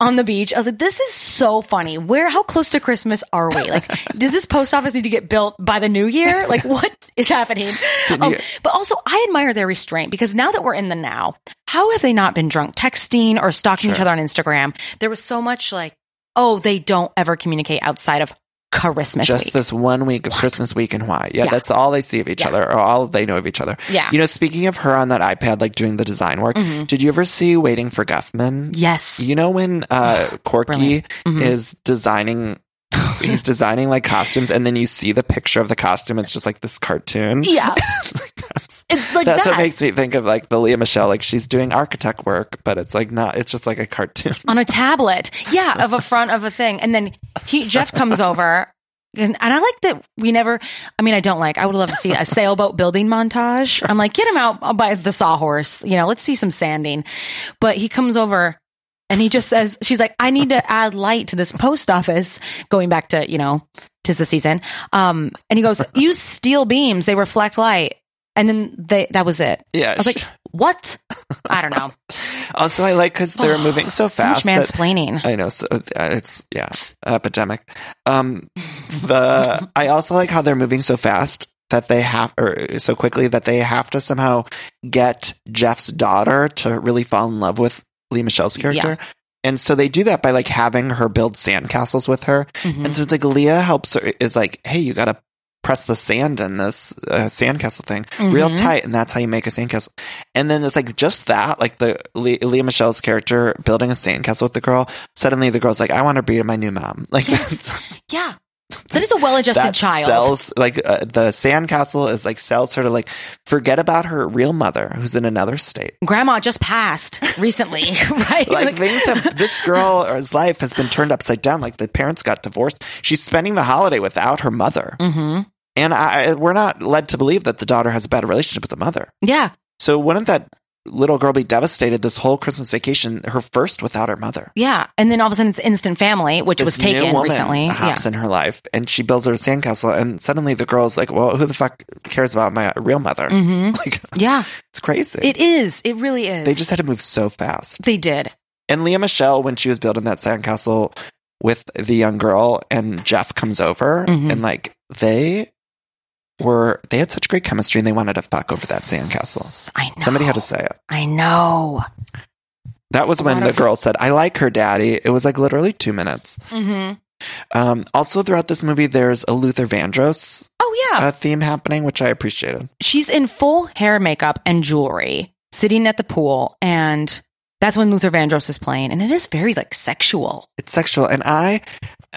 Speaker 6: on the beach. I was like, this is so funny. Where, how close to Christmas are we? Like, does this post office need to get built by the new year? Like, what is happening? Oh,
Speaker 5: you-
Speaker 6: but also, I admire their restraint because now that we're in the now, how have they not been drunk texting or stalking each other on Instagram? There was so much like, oh, they don't ever communicate outside of Christmas
Speaker 5: Just
Speaker 6: week.
Speaker 5: this one week of Christmas week in Hawaii. Yeah,
Speaker 6: Yeah.
Speaker 5: that's all they see of each
Speaker 6: Yeah.
Speaker 5: other, or all they know of each other.
Speaker 6: Yeah. Mm-hmm.
Speaker 5: You know, speaking of her on that iPad, like doing the design work, did you ever see Waiting for Guffman?
Speaker 6: yes.
Speaker 5: You know when uh, Corky
Speaker 6: Brilliant. Mhm.
Speaker 5: is designing, he's designing like costumes, and then you see the picture of the costume. It's just like this cartoon.
Speaker 6: Yeah. it's like
Speaker 5: That's
Speaker 6: that.
Speaker 5: what makes me think of like the Leah Michelle. Like she's doing architect work, but it's like not. It's just like a cartoon.
Speaker 6: on a tablet. Yeah, of a front of a thing. And then he Jeff comes over And and I like that we never, I mean, I don't like, I would love to see a sailboat building montage. I'm like, get him out by the sawhorse. You know, let's see some sanding. But he comes over and he just says, she's like, I need to add light to this post office, going back to, you know, tis the season. Um, and he goes, use steel beams. They reflect light. And then they, that was it.
Speaker 5: Yeah,
Speaker 6: I was like,
Speaker 5: sure.
Speaker 6: what? I don't know.
Speaker 5: Also, I like because they're moving so
Speaker 6: So much
Speaker 5: fast. that-
Speaker 6: mansplaining.
Speaker 5: I know. So uh, it's yeah, epidemic. Um, the I also like how they're moving so fast that they have or so quickly that they have to somehow get Jeff's daughter to really fall in love with Lee Michelle's character. And so they do that by like having her build sandcastles with her.
Speaker 6: Mm-hmm.
Speaker 5: And so it's like Leah helps her is like, hey, you gotta press the sand in this uh, sandcastle thing real
Speaker 6: Mm-hmm.
Speaker 5: tight, and that's how you make a sandcastle. And then it's like just that, like the Le- Leah Michelle's character building a sandcastle with the girl. Suddenly, the girl's like, I want to be my new mom. Like that's,
Speaker 6: yeah. That is a well-adjusted
Speaker 5: that
Speaker 6: child.
Speaker 5: sells like uh, the sandcastle is like sells her to like forget about her real mother who's in another state.
Speaker 6: Grandma just passed recently, right?
Speaker 5: like things have this girl's life has been turned upside down like the parents got divorced she's spending the holiday without her mother
Speaker 6: Mhm.
Speaker 5: and I, I- we're not led to believe that the daughter has a better relationship with the mother
Speaker 6: yeah.
Speaker 5: so wouldn't that little girl be devastated this whole christmas vacation her first without her mother
Speaker 6: Yeah. And then all of a sudden it's instant family, which was
Speaker 5: This new
Speaker 6: taken
Speaker 5: woman
Speaker 6: recently. Yeah.
Speaker 5: hops in her life and she builds her sandcastle and suddenly the girl's like well who the fuck cares about my real mother like
Speaker 6: Yeah.
Speaker 5: it's crazy
Speaker 6: Mm-hmm. It is. It really is.
Speaker 5: they just had to move so fast
Speaker 6: they did.
Speaker 5: And Leah Michelle, when she was building that sandcastle with the young girl, and Jeff comes over, and like they were, they had such great chemistry, and they wanted to fuck over that sandcastle.
Speaker 6: I know.
Speaker 5: Somebody had to say it.
Speaker 6: I know.
Speaker 5: That was when the girl said, "I like her, daddy." It was like literally two minutes.
Speaker 6: hmm
Speaker 5: Um, also, throughout this movie, there's a Luther Vandross
Speaker 6: Oh yeah.
Speaker 5: uh, theme happening, which I appreciated.
Speaker 6: She's in full hair makeup and jewelry, sitting at the pool, and that's when Luther Vandross is playing, and it is very like sexual.
Speaker 5: It's sexual, and I,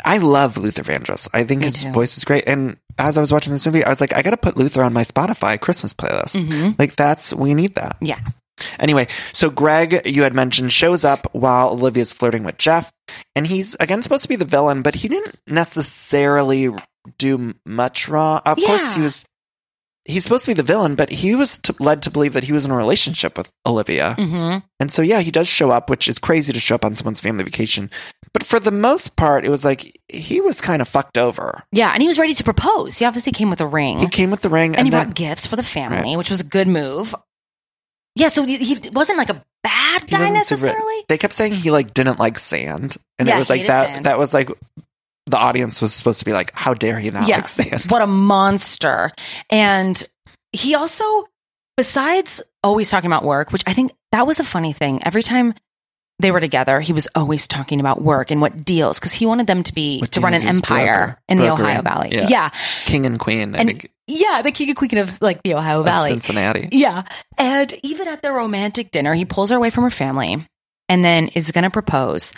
Speaker 5: I love Luther Vandross. I think
Speaker 6: Me
Speaker 5: his
Speaker 6: too.
Speaker 5: voice is great. And as I was watching this movie, I was like, I got to put Luther on my Spotify Christmas playlist.
Speaker 6: Mm-hmm.
Speaker 5: Like that's we need that.
Speaker 6: Yeah.
Speaker 5: Anyway, so Greg, you had mentioned, shows up while Olivia's flirting with Jeff, and he's again supposed to be the villain, but he didn't necessarily do m- much wrong. Of course, he
Speaker 6: Yeah.
Speaker 5: was. He's supposed to be the villain, but he was to, led to believe that he was in a relationship with Olivia.
Speaker 6: Mm-hmm.
Speaker 5: And so, yeah, he does show up, which is crazy to show up on someone's family vacation. But for the most part, it was like he was kind of fucked over.
Speaker 6: Yeah, and he was ready to propose. He obviously came with a ring.
Speaker 5: He came with the ring,
Speaker 6: and, he
Speaker 5: then
Speaker 6: brought gifts for the family,
Speaker 5: Right.
Speaker 6: which was a good move. Yeah, so he, he wasn't like a bad
Speaker 5: he
Speaker 6: guy
Speaker 5: wasn't super-
Speaker 6: necessarily.
Speaker 5: They kept saying he like didn't like sand, and
Speaker 6: Yeah,
Speaker 5: it was like
Speaker 6: hated
Speaker 5: that.
Speaker 6: sand.
Speaker 5: That was like the audience was supposed to be like, "How dare he not
Speaker 6: Yeah.
Speaker 5: like sand?"
Speaker 6: What a monster! And he also, besides always talking about work, which I think that was a funny thing. Every time they were together, he was always talking about work and what deals because he wanted them to be
Speaker 5: What
Speaker 6: to run an
Speaker 5: deals is
Speaker 6: empire
Speaker 5: broker-
Speaker 6: in the
Speaker 5: brokering.
Speaker 6: Ohio Valley.
Speaker 5: Yeah.
Speaker 6: Yeah,
Speaker 5: King and queen, I
Speaker 6: and
Speaker 5: think,
Speaker 6: yeah, the king and queen of like the Ohio
Speaker 5: of
Speaker 6: Valley.
Speaker 5: Cincinnati.
Speaker 6: Yeah. And even at their romantic dinner, he pulls her away from her family and then is going to propose.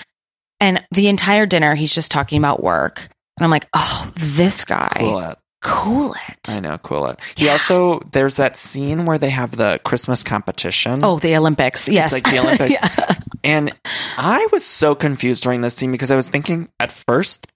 Speaker 6: And the entire dinner, he's just talking about work. And I'm like, oh, this guy.
Speaker 5: Cool it.
Speaker 6: Cool
Speaker 5: I
Speaker 6: it.
Speaker 5: know, cool it. He also there's that scene where they have the Christmas competition.
Speaker 6: Oh, the Olympics. Yes.
Speaker 5: like the Olympics.
Speaker 6: Yeah.
Speaker 5: And I was so confused during this scene because I was thinking at first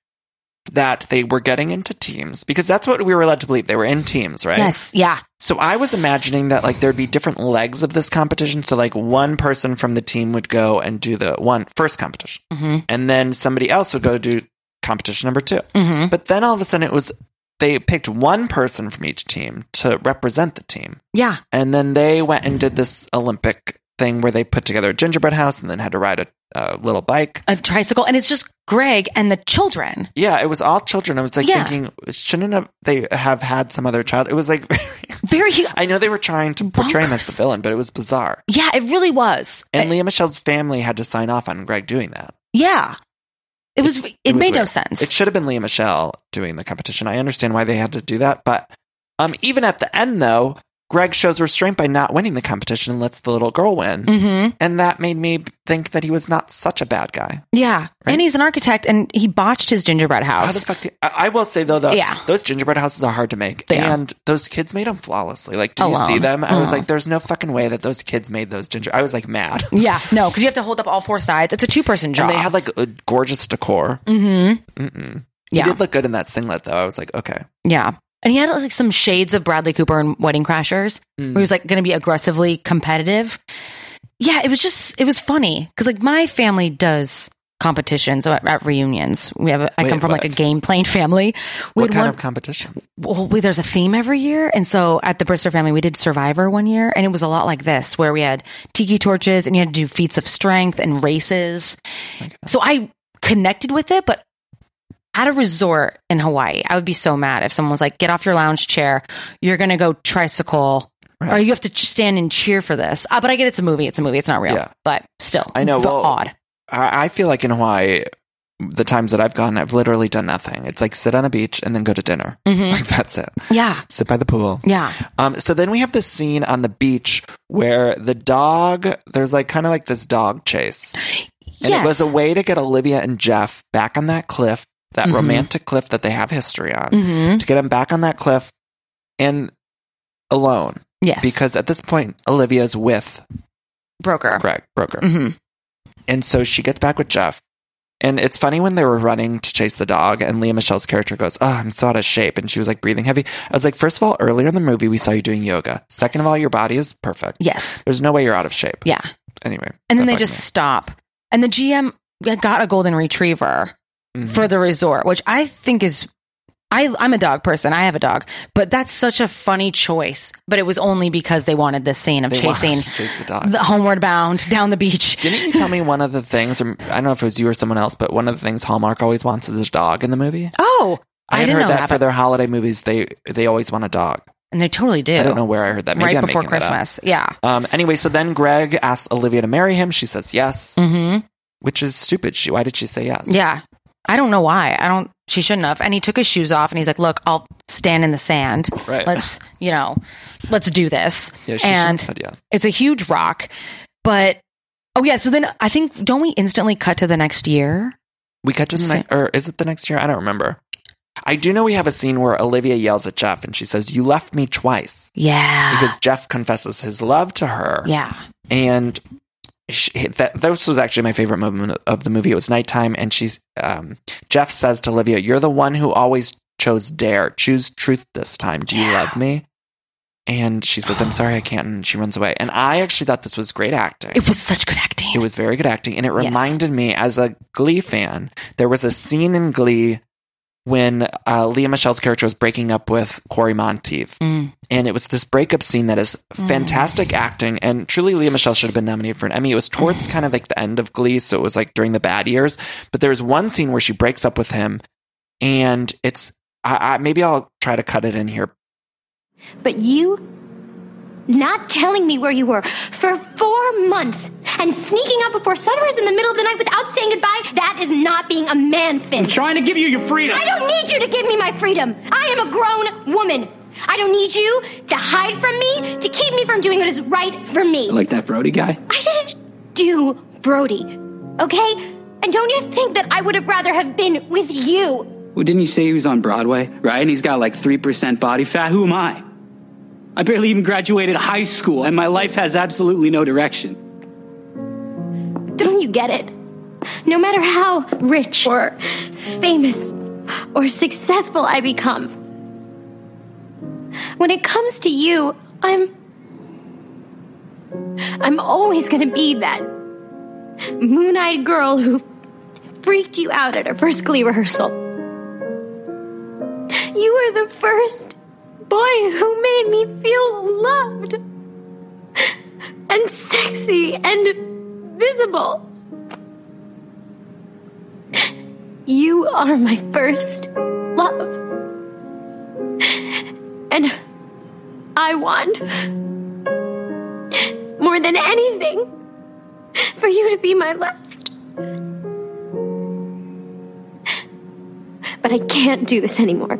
Speaker 5: that they were getting into teams because that's what we were led to believe. They were in teams, right?
Speaker 6: Yes. Yeah.
Speaker 5: So I was imagining that like there'd be different legs of this competition. So like one person from the team would go and do the one first competition, and then somebody else would go do competition number 2 But then all of a sudden it was they picked one person from each team to represent the team,
Speaker 6: Yeah.
Speaker 5: and then they went and did this Olympic thing where they put together a gingerbread house and then had to ride a, a little bike.
Speaker 6: A tricycle. And it's just Greg and the children.
Speaker 5: Yeah, it was all children. I was like
Speaker 6: Yeah.
Speaker 5: thinking, shouldn't have they have had some other child? It was like.
Speaker 6: Very.
Speaker 5: I know they were trying to portray him as the
Speaker 6: Bonkers.
Speaker 5: villain, but it was bizarre.
Speaker 6: Yeah, it really was.
Speaker 5: And
Speaker 6: I-
Speaker 5: Leah Michelle's family had to sign off on Greg doing that.
Speaker 6: yeah. It was, it,
Speaker 5: was
Speaker 6: made no
Speaker 5: weird.
Speaker 6: sense.
Speaker 5: It should have been Leah Michelle doing the competition. I understand why they had to do that, but um, even at the end though, Greg shows restraint by not winning the competition and lets the little girl win,
Speaker 6: hmm
Speaker 5: and that made me think that he was not such a bad guy.
Speaker 6: Yeah.
Speaker 5: Right.
Speaker 6: And he's an architect and he botched his gingerbread
Speaker 5: How the
Speaker 6: house.
Speaker 5: fuck? did- I, I will say though, though,
Speaker 6: Yeah.
Speaker 5: those gingerbread houses are hard to make,
Speaker 6: They are.
Speaker 5: and those kids made them flawlessly. Like, did you see
Speaker 6: Alone.
Speaker 5: them? I was
Speaker 6: Mm.
Speaker 5: like, there's no fucking way that those kids made those ginger. I was like mad.
Speaker 6: Yeah, no, because you have to hold up all four sides. It's a two person job.
Speaker 5: And they had like a gorgeous decor.
Speaker 6: mm-hmm.
Speaker 5: Mm-mm. He
Speaker 6: Yeah.
Speaker 5: did look good in that singlet, though. I was like, okay.
Speaker 6: Yeah. And he had like some shades of Bradley Cooper and Wedding Crashers,
Speaker 5: Hmm.
Speaker 6: where he was like going to be aggressively competitive. Yeah, it was just, it was funny because like my family does competitions at, at reunions. We have, a, I
Speaker 5: Wait,
Speaker 6: come from like a
Speaker 5: what?
Speaker 6: game playing family. We
Speaker 5: what
Speaker 6: had
Speaker 5: kind
Speaker 6: one-
Speaker 5: of competitions?
Speaker 6: well, we, there's a theme every year. And so at the Brister family, we did Survivor one year, and it was a lot like this, where we had tiki torches and you had to do feats of strength and races. So I connected with it, but at a resort in Hawaii, I would be so mad if someone was like, get off your lounge chair. You're going to go tricycle. Or you have to ch- stand and cheer for this. Uh, but I get it's a movie. It's a movie. It's not real.
Speaker 5: Yeah.
Speaker 6: But still,
Speaker 5: I know,
Speaker 6: the
Speaker 5: well-
Speaker 6: odd.
Speaker 5: I, I feel like in Hawaii, the times that I've gone, I've literally done nothing. It's like sit on a beach and then go to dinner. Like that's it.
Speaker 6: Yeah.
Speaker 5: Sit by the pool.
Speaker 6: Mm-hmm. Yeah.
Speaker 5: Um, so then we have this scene on the beach where the dog, there's like kind of like this dog chase. And
Speaker 6: yes.
Speaker 5: it was a way to get Olivia and Jeff back on that cliff, that
Speaker 6: Mm-hmm.
Speaker 5: romantic cliff that they have history on,
Speaker 6: Mhm.
Speaker 5: to get them back on that cliff and alone.
Speaker 6: yes.
Speaker 5: Because at this point, Olivia's with
Speaker 6: broker.
Speaker 5: Greg Broker.
Speaker 6: hmm
Speaker 5: And so she gets back with Jeff. And it's funny when they were running to chase the dog, and Leah Michelle's character goes, Oh, I'm so out of shape. And she was like breathing heavy. I was like, First of all, earlier in the movie, we saw you doing yoga. Second of all, your body is perfect.
Speaker 6: Yes.
Speaker 5: There's no way you're out of shape.
Speaker 6: Yeah.
Speaker 5: Anyway.
Speaker 6: and then
Speaker 5: that
Speaker 6: they
Speaker 5: bugged
Speaker 6: just
Speaker 5: me.
Speaker 6: stop. And the GM got a golden retriever
Speaker 5: Mm-hmm.
Speaker 6: for the resort, which I think is. I, I'm a dog person. I have a dog, but that's such a funny choice. But it was only because they wanted this scene of
Speaker 5: They wanted
Speaker 6: chasing
Speaker 5: to chase the dog.
Speaker 6: homeward bound down the beach.
Speaker 5: Didn't you tell me one of the things, or I don't know if it was you or someone else, but one of the things Hallmark always wants is a dog in the movie?
Speaker 6: oh,
Speaker 5: I,
Speaker 6: I,
Speaker 5: had
Speaker 6: didn't
Speaker 5: heard
Speaker 6: know
Speaker 5: that
Speaker 6: that,
Speaker 5: for their holiday movies. They they always want a dog.
Speaker 6: and they totally do.
Speaker 5: I don't know where I heard that. Maybe
Speaker 6: right
Speaker 5: I'm
Speaker 6: before
Speaker 5: making that up.
Speaker 6: Christmas, yeah.
Speaker 5: Um, anyway, so then Greg asks Olivia to marry him. She says yes,
Speaker 6: hmm
Speaker 5: which is stupid. She why did she say yes?
Speaker 6: Yeah. I don't know why. I don't, she shouldn't have. And he took his shoes off and he's like, look, I'll stand in the sand.
Speaker 5: Right.
Speaker 6: Let's, you know, let's do this.
Speaker 5: Yeah, she should've
Speaker 6: and
Speaker 5: said yes.
Speaker 6: it's a huge rock. But, oh, yeah. So then I think, don't we instantly cut to the next year?
Speaker 5: we cut to the
Speaker 6: So-
Speaker 5: next, or is it the next year? I don't remember. I do know we have a scene where Olivia yells at Jeff and she says, "You left me twice,"
Speaker 6: Yeah.
Speaker 5: because Jeff confesses his love to her.
Speaker 6: yeah.
Speaker 5: and she, that this was actually my favorite moment of the movie. It was nighttime, and she's um, Jeff says to Olivia, "You're the one who always chose dare. Choose truth this time. Do you love me?" And she says, "I'm sorry, I can't." And she runs away. And I actually thought this was great acting.
Speaker 6: It was such good acting.
Speaker 5: It was very good acting. And it reminded me, as a Glee fan, there was a scene in Glee when uh, Leah Michelle's character was breaking up with Corey Monteith. And it was this breakup scene that is fantastic acting. And truly, Leah Michelle should have been nominated for an Emmy. It was towards kind of like the end of Glee. So it was like during the bad years. But there was one scene where she breaks up with him. And it's, I, I, maybe I'll try to cut it in here.
Speaker 3: But you not telling me where you were for four months and sneaking out before sunrise in the middle of the night without saying goodbye, that is not being a man, Finn.
Speaker 7: I'm trying to give you your freedom.
Speaker 3: I don't need you to give me my freedom. I am a grown woman. I don't need you to hide from me, to keep me from doing what is right for me.
Speaker 8: Like that Brody guy?
Speaker 3: I didn't do Brody, okay? And don't you think that I would have rather have been with you?
Speaker 8: Well, didn't you say he was on Broadway, right? And he's got like 3% body fat. Who am I? I barely even graduated high school, and my life has absolutely no direction.
Speaker 3: Don't you get it? No matter how rich or famous or successful I become, when it comes to you, I'm. I'm always gonna be that moon eyed girl who freaked you out at our first glee rehearsal. You were the first boy who made me feel loved and sexy and visible. You are my first love. And I want more than anything for you to be my last. But I can't do this anymore.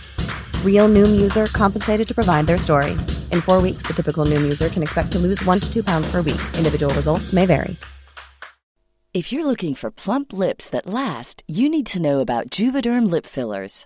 Speaker 1: Real Noom user compensated to provide their story. In four weeks, the typical Noom user can expect to lose one to two pounds per week. Individual results may vary.
Speaker 9: If you're looking for plump lips that last, you need to know about Juvederm lip fillers.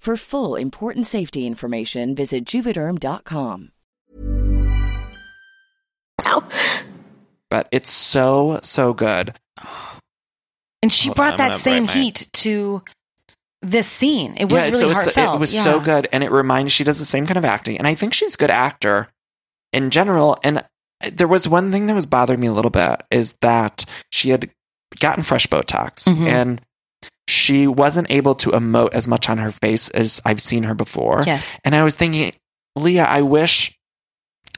Speaker 9: For full important safety information, visit juvederm.com.
Speaker 3: Ow.
Speaker 5: but it's so so good.
Speaker 6: And she
Speaker 5: Hold on,
Speaker 6: brought
Speaker 5: Oh, I'm
Speaker 6: that
Speaker 5: gonna
Speaker 6: same
Speaker 5: write my-
Speaker 6: heat to this scene. It was
Speaker 5: Yeah,
Speaker 6: really
Speaker 5: so it's-
Speaker 6: heartfelt.
Speaker 5: It was
Speaker 6: Yeah.
Speaker 5: so good, and it reminds she does the same kind of acting, and I think she's a good actor in general. And uh, there was one thing that was bothering me a little bit is that she had gotten fresh Botox,
Speaker 6: Mhm.
Speaker 5: and she wasn't able to emote as much on her face as I've seen her before.
Speaker 6: Yes.
Speaker 5: And I was thinking, Leah, I wish.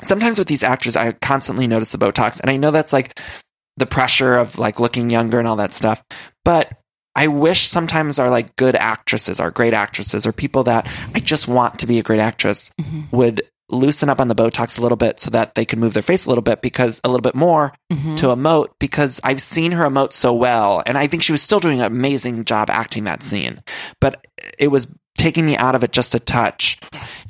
Speaker 5: Sometimes with these actors, I constantly notice the Botox, and I know that's like the pressure of like looking younger and all that stuff. But I wish sometimes our like good actresses, our great actresses, or people that I just want to be a great actress would loosen up on the Botox a little bit so that they can move their face a little bit because a little bit more to emote because I've seen her emote so well. And I think she was still doing an amazing job acting that scene, but it was taking me out of it just a touch.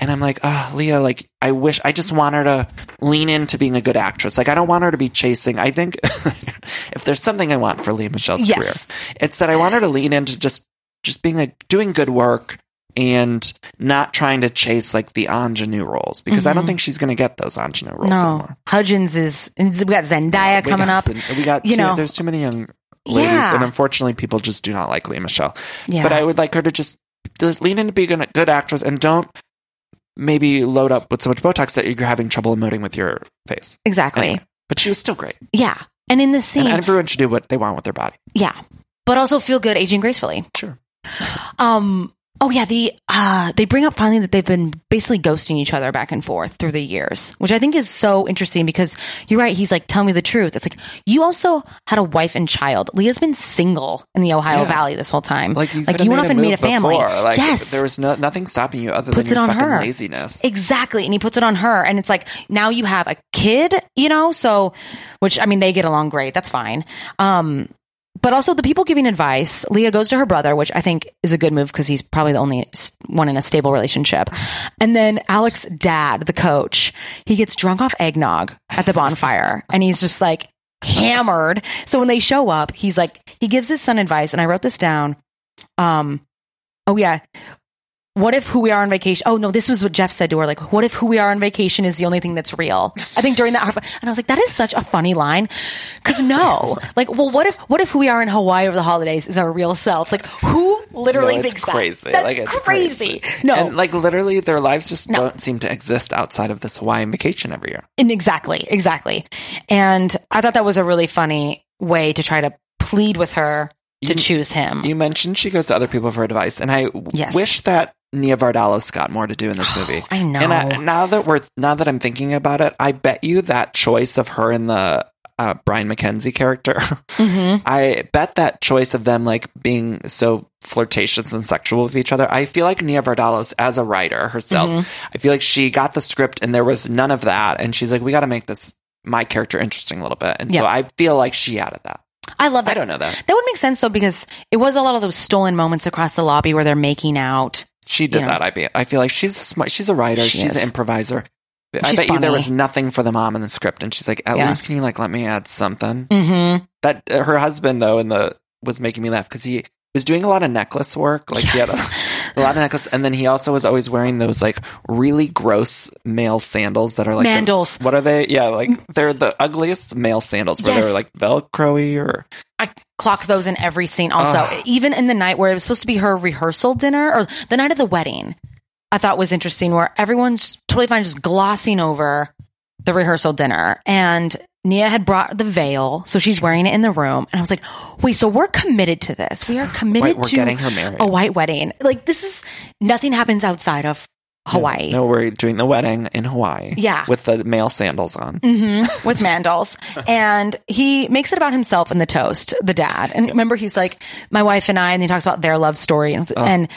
Speaker 5: And I'm like, oh, Leah, like, I wish, I just want her to lean into being a good actress. Like, I don't want her to be chasing. I think if there's something I want for Leah Michelle's
Speaker 6: Yes.
Speaker 5: career, it's that I want her to lean into just, just being like, doing good work and not trying to chase like the ingenue roles because I don't think she's going to get those ingenue roles anymore.
Speaker 6: Mm-hmm. No, Hudgens is. and We got Zendaya
Speaker 5: We
Speaker 6: coming
Speaker 5: got
Speaker 6: up.
Speaker 5: some- we got
Speaker 6: you
Speaker 5: too,
Speaker 6: know.
Speaker 5: there's too many young ladies,
Speaker 6: Yeah.
Speaker 5: and unfortunately, people just do not like Leah Michelle.
Speaker 6: Yeah.
Speaker 5: But I would like her to just, just lean into being a good actress and don't maybe load up with so much Botox that you're having trouble emoting with your face.
Speaker 6: exactly.
Speaker 5: Anyway, but she was still great,
Speaker 6: Yeah, and in the scene,
Speaker 5: and everyone should do what they want with their body.
Speaker 6: yeah, but also feel good aging gracefully.
Speaker 5: Sure.
Speaker 6: Um. Oh yeah, the uh, they bring up finally that they've been basically ghosting each other back and forth through the years, which I think is so interesting because you're right. He's like, "Tell me the truth." It's like you also had a wife and child. Leah's been single in the Ohio
Speaker 5: Yeah.
Speaker 6: Valley this whole time.
Speaker 5: Like you,
Speaker 6: like
Speaker 5: could've
Speaker 6: you went off
Speaker 5: made
Speaker 6: and made a
Speaker 5: move
Speaker 6: family.
Speaker 5: Before. Like,
Speaker 6: yes,
Speaker 5: there was no, nothing stopping you other
Speaker 6: Puts
Speaker 5: than
Speaker 6: it
Speaker 5: your
Speaker 6: on
Speaker 5: fucking
Speaker 6: her.
Speaker 5: laziness.
Speaker 6: Exactly. And he puts it on her. And it's like, now you have a kid, you know? So, which, I mean, they get along great. That's fine. Um, but also the people giving advice, Leah goes to her brother, which I think is a good move because he's probably the only s- one in a stable relationship. And then Alec's dad, the coach, he gets drunk off eggnog at the bonfire and he's just like hammered. So when they show up, he's like, he gives his son advice. And I wrote this down. Um, oh yeah. What if who we are on vacation? Oh no, this was what Jeff said to her. Like, what if who we are on vacation is the only thing that's real? I think during that, and I was like, that is such a funny line, because no, like, well, what if what if who we are in Hawaii over the holidays is our real selves? Like, who literally
Speaker 5: No, it's
Speaker 6: thinks that?
Speaker 5: crazy.
Speaker 6: That's
Speaker 5: Like, it's
Speaker 6: crazy. No,
Speaker 5: and like literally, their lives just
Speaker 6: No.
Speaker 5: don't seem to exist outside of this Hawaiian vacation every year.
Speaker 6: And exactly, exactly. And I thought that was a really funny way to try to plead with her to
Speaker 5: You-
Speaker 6: choose him.
Speaker 5: You mentioned she goes to other people for advice, and I w-
Speaker 6: Yes.
Speaker 5: wish that Nia Vardalos got more to do in this movie.
Speaker 6: I know.
Speaker 5: And I, now that we're now that I'm thinking about it, I bet you that choice of her and the uh, Brian McKenzie character,
Speaker 6: Mhm.
Speaker 5: I bet that choice of them like being so flirtatious and sexual with each other. I feel like Nia Vardalos as a writer herself,
Speaker 6: Mm-hmm.
Speaker 5: I feel like she got the script and there was none of that, and she's like, we got to make this my character interesting a little bit, and so
Speaker 6: Yeah.
Speaker 5: I feel like she added that.
Speaker 6: I love
Speaker 5: I
Speaker 6: that.
Speaker 5: don't know that.
Speaker 6: That would make sense though, because it was a lot of those stolen moments across the lobby where they're making out.
Speaker 5: She
Speaker 6: you
Speaker 5: did
Speaker 6: know.
Speaker 5: that. I be, I feel like she's a smart. She's a writer.
Speaker 6: She
Speaker 5: she's
Speaker 6: is.
Speaker 5: an improviser. I
Speaker 6: She's
Speaker 5: bet you there
Speaker 6: funny.
Speaker 5: was nothing for the mom in the script, and she's like, "At
Speaker 6: Yeah.
Speaker 5: least can you like let me add something?"
Speaker 6: Mm-hmm.
Speaker 5: That uh, her husband though in the was making me laugh because he was doing a lot of necklace work. Like he had a, a lot of necklace. And then he also was always wearing those like really gross male sandals that are like the-
Speaker 6: Mandals. Mm.
Speaker 5: what are they? Yeah, like they're the ugliest male sandals where
Speaker 6: Yes.
Speaker 5: they're like velcroy or
Speaker 6: I clocked those in every scene. Also, even in the night where it was supposed to be her rehearsal dinner or the night of the wedding, I thought was interesting where everyone's totally fine just glossing over the rehearsal dinner. And Nia had brought the veil, so she's wearing it in the room. And I was like, wait, so we're committed to this. We are committed
Speaker 5: we're
Speaker 6: to
Speaker 5: getting her married.
Speaker 6: a white wedding. Like, this is nothing happens outside of Hawaii.
Speaker 5: No, we're doing the wedding in Hawaii.
Speaker 6: Yeah.
Speaker 5: with the male sandals on.
Speaker 6: Mhm, with mandals. and he makes it about himself in the toast, the dad. And remember, he's like, my wife and I, and he talks about their love story. And,
Speaker 5: Uh-huh.
Speaker 6: and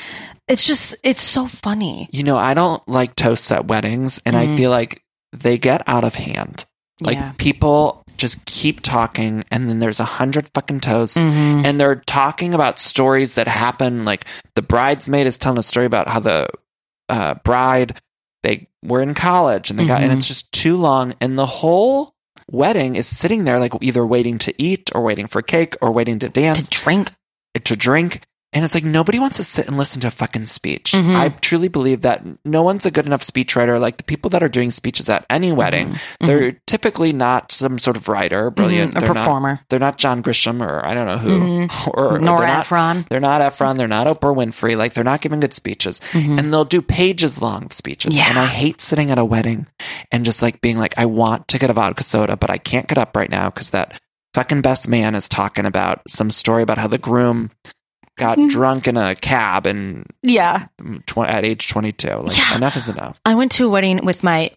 Speaker 6: it's just, it's so funny.
Speaker 5: You know, I don't like toasts at weddings, and I feel like they get out of hand. Like
Speaker 6: Yeah.
Speaker 5: people just keep talking, and then there's a hundred fucking toasts, and they're talking about stories that happen. Like the bridesmaid is telling a story about how the uh, bride they were in college and they got, and it's just too long, and the whole wedding is sitting there like either waiting to eat or waiting for cake or waiting to dance
Speaker 6: To drink.
Speaker 5: to drink. And it's like nobody wants to sit and listen to a fucking speech.
Speaker 6: Mm-hmm.
Speaker 5: I truly believe that no one's a good enough speechwriter. Like the people that are doing speeches at any
Speaker 6: Mm-hmm.
Speaker 5: wedding, they're typically not some sort of writer, brilliant,
Speaker 6: Mhm, a
Speaker 5: They're not-
Speaker 6: performer. Mm-hmm.
Speaker 5: they're not John Grisham or I don't know who, or
Speaker 6: Nora
Speaker 5: they're not-
Speaker 6: Ephron.
Speaker 5: They're not Efron. They're not Oprah Winfrey. Like they're not giving good speeches, and they'll do pages long of speeches.
Speaker 6: Mm-hmm. Yeah.
Speaker 5: And I hate sitting at a wedding and just like being like, I want to get a vodka soda, but I can't get up right now because that fucking best man is talking about some story about how the groom got
Speaker 6: Mm-hmm.
Speaker 5: drunk in a cab and
Speaker 6: Yeah.
Speaker 5: tw- at age twenty two. Like
Speaker 6: Yeah.
Speaker 5: enough is enough.
Speaker 6: I went to a wedding with my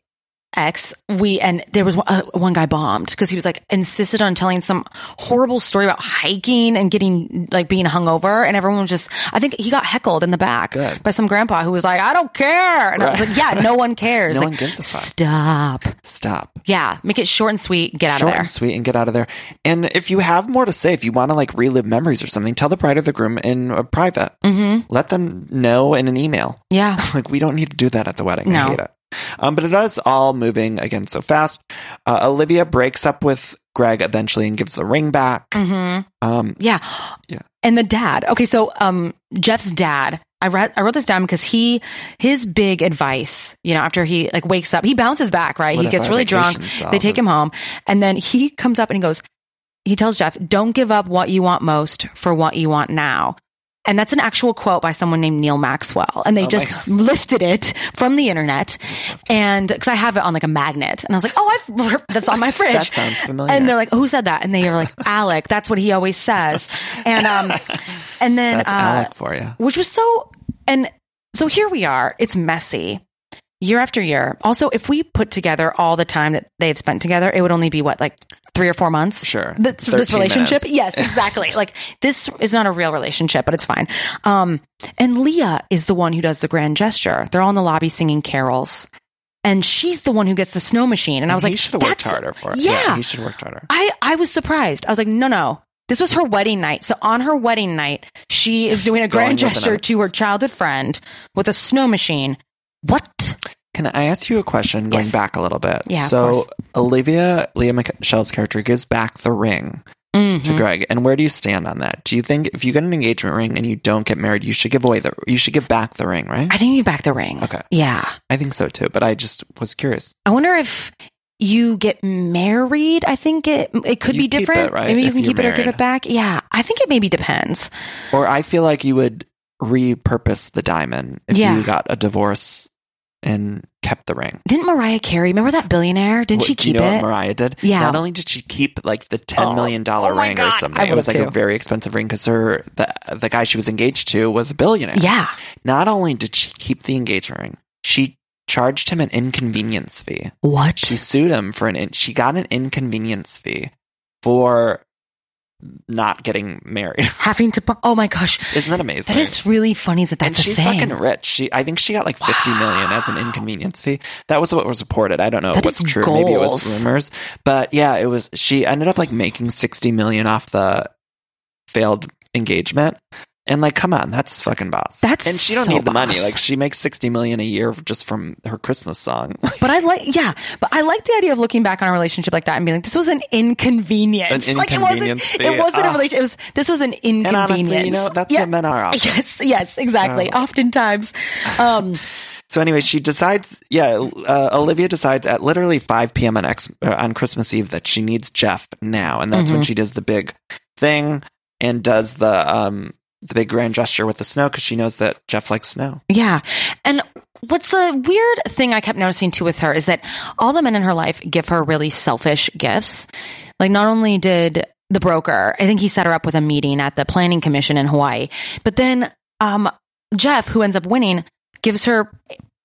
Speaker 6: ex. We, and there was one, uh, one guy bombed because he was like insisted on telling some horrible story about hiking and getting like being hungover. And everyone was just, I think he got heckled in the back
Speaker 5: Good.
Speaker 6: by some grandpa who was like, I don't care. And I was
Speaker 5: Right.
Speaker 6: like, yeah, no one cares.
Speaker 5: No
Speaker 6: like,
Speaker 5: one gives a fuck.
Speaker 6: Stop.
Speaker 5: Stop.
Speaker 6: Yeah, make it short and sweet. Get out
Speaker 5: short
Speaker 6: of there.
Speaker 5: and sweet and get out of there. And if you have more to say, if you want to like relive memories or something, tell the bride or the groom in a private. Mm-hmm. Let them know in an email.
Speaker 6: Yeah.
Speaker 5: Like we don't need to do that at the wedding.
Speaker 6: No.
Speaker 5: I hate it. Um, but it is all moving again so fast. Uh, Olivia breaks up with Greg eventually and gives the ring back. Um,
Speaker 6: Mm-hmm. Yeah.
Speaker 5: Yeah.
Speaker 6: And the dad. Okay, so um Jeff's dad. I read I wrote this down because he his big advice, you know, after he like wakes up, he bounces back, right?
Speaker 5: What
Speaker 6: he
Speaker 5: if
Speaker 6: gets
Speaker 5: our
Speaker 6: really drunk.
Speaker 5: vacation self
Speaker 6: They take
Speaker 5: is-
Speaker 6: him home and then he comes up and he goes he tells Jeff, "Don't give up what you want most for what you want now." And that's an actual quote by someone named Neil Maxwell. And they
Speaker 5: Oh my
Speaker 6: just lifted it from the internet. And because I have it on like a magnet. And I was like, oh, I've, that's on my fridge.
Speaker 5: That sounds familiar.
Speaker 6: And they're like, who said that? And they are like, Alec, that's what he always says. And, um, and then,
Speaker 5: that's
Speaker 6: uh,
Speaker 5: Alec for you.
Speaker 6: which was so, and so here we are. It's messy year after year. Also, if we put together all the time that they've spent together, it would only be what, like three or four months?
Speaker 5: Sure.
Speaker 6: That's, this
Speaker 5: 13
Speaker 6: relationship?
Speaker 5: minutes.
Speaker 6: Yes, exactly. like this is not a real relationship, but it's fine. Um, and Leah is the one who does the grand gesture. They're all in the lobby singing carols. And she's the one who gets the snow machine. And, I was
Speaker 5: he
Speaker 6: like,
Speaker 5: should have worked
Speaker 6: "That's-
Speaker 5: harder for it.
Speaker 6: Yeah.
Speaker 5: he should have worked harder.
Speaker 6: I, I was surprised. I was like, no, no. This was her wedding night. So on her wedding night, she is doing a
Speaker 5: Going
Speaker 6: grand
Speaker 5: with an
Speaker 6: gesture
Speaker 5: out-
Speaker 6: to her childhood friend with a snow machine. What?
Speaker 5: Can I ask you a question going
Speaker 6: Yes.
Speaker 5: back a little bit?
Speaker 6: Yeah, of
Speaker 5: So
Speaker 6: course.
Speaker 5: Olivia, Leah Michelle's character gives back the ring
Speaker 6: Mm-hmm.
Speaker 5: to Greg. And where do you stand on that? Do you think if you get an engagement ring and you don't get married, you should give away the you should give back the ring, right?
Speaker 6: I think you back the ring.
Speaker 5: Okay.
Speaker 6: Yeah.
Speaker 5: I think so too, but I just was curious.
Speaker 6: I wonder if you get married. I think it it could
Speaker 5: You
Speaker 6: be
Speaker 5: keep it,
Speaker 6: different.
Speaker 5: right,
Speaker 6: Maybe you
Speaker 5: if
Speaker 6: can
Speaker 5: you're
Speaker 6: keep it or give
Speaker 5: married.
Speaker 6: it back. Yeah. I think it maybe depends.
Speaker 5: Or I feel like you would repurpose the diamond if
Speaker 6: Yeah.
Speaker 5: you got a divorce and kept the ring.
Speaker 6: Didn't Mariah Carey remember that billionaire? Didn't
Speaker 5: What-
Speaker 6: she
Speaker 5: do you
Speaker 6: keep
Speaker 5: know
Speaker 6: it?
Speaker 5: What Mariah did.
Speaker 6: Yeah.
Speaker 5: Not only did she keep like the ten million dollar
Speaker 6: Oh my
Speaker 5: ring or
Speaker 6: God. I
Speaker 5: something, it was like
Speaker 6: would've
Speaker 5: a
Speaker 6: too.
Speaker 5: very expensive ring because her the the guy she was engaged to was a billionaire.
Speaker 6: yeah.
Speaker 5: Not only did she keep the engagement ring, she charged him an inconvenience fee.
Speaker 6: What?
Speaker 5: She sued him for an in- she got an inconvenience fee for not getting married.
Speaker 6: Having to. bu- Oh my gosh.
Speaker 5: Isn't that amazing?
Speaker 6: That is really funny that that's
Speaker 5: and
Speaker 6: a
Speaker 5: she's
Speaker 6: thing.
Speaker 5: fucking rich. She, I think she got like fifty million as an inconvenience fee. That was what was reported. I don't know
Speaker 6: That
Speaker 5: what's
Speaker 6: is
Speaker 5: true. Maybe it was
Speaker 6: goals.
Speaker 5: rumors, but yeah, it was. She ended up like making sixty million off the failed engagement, And like, come on, that's fucking boss.
Speaker 6: That's
Speaker 5: and she don't
Speaker 6: so
Speaker 5: need the money.
Speaker 6: boss.
Speaker 5: Like, she makes sixty million a year just from her Christmas song.
Speaker 6: But I like, yeah, but I like the idea of looking back on a relationship like that and being like, this was an inconvenience.
Speaker 5: An
Speaker 6: like, it
Speaker 5: inconvenience,
Speaker 6: wasn't, it
Speaker 5: yeah.
Speaker 6: wasn't a
Speaker 5: Ah.
Speaker 6: relationship. It was, this was an inconvenience.
Speaker 5: And honestly, you know, that's
Speaker 6: Yeah.
Speaker 5: what men are often.
Speaker 6: Yes, yes, exactly. Oftentimes. Um,
Speaker 5: So anyway, she decides. Yeah, uh, Olivia decides at literally five p.m. on ex- uh, on Christmas Eve that she needs Jeff now, and that's
Speaker 6: Mm-hmm.
Speaker 5: when she does the big thing and does the um the big grand gesture with the snow because she knows that Jeff likes snow.
Speaker 6: yeah. And what's a weird thing I kept noticing too with her is that all the men in her life give her really selfish gifts. Like, not only did the broker, I think he set her up with a meeting at the planning commission in Hawaii, but then, um, Jeff, who ends up winning, gives her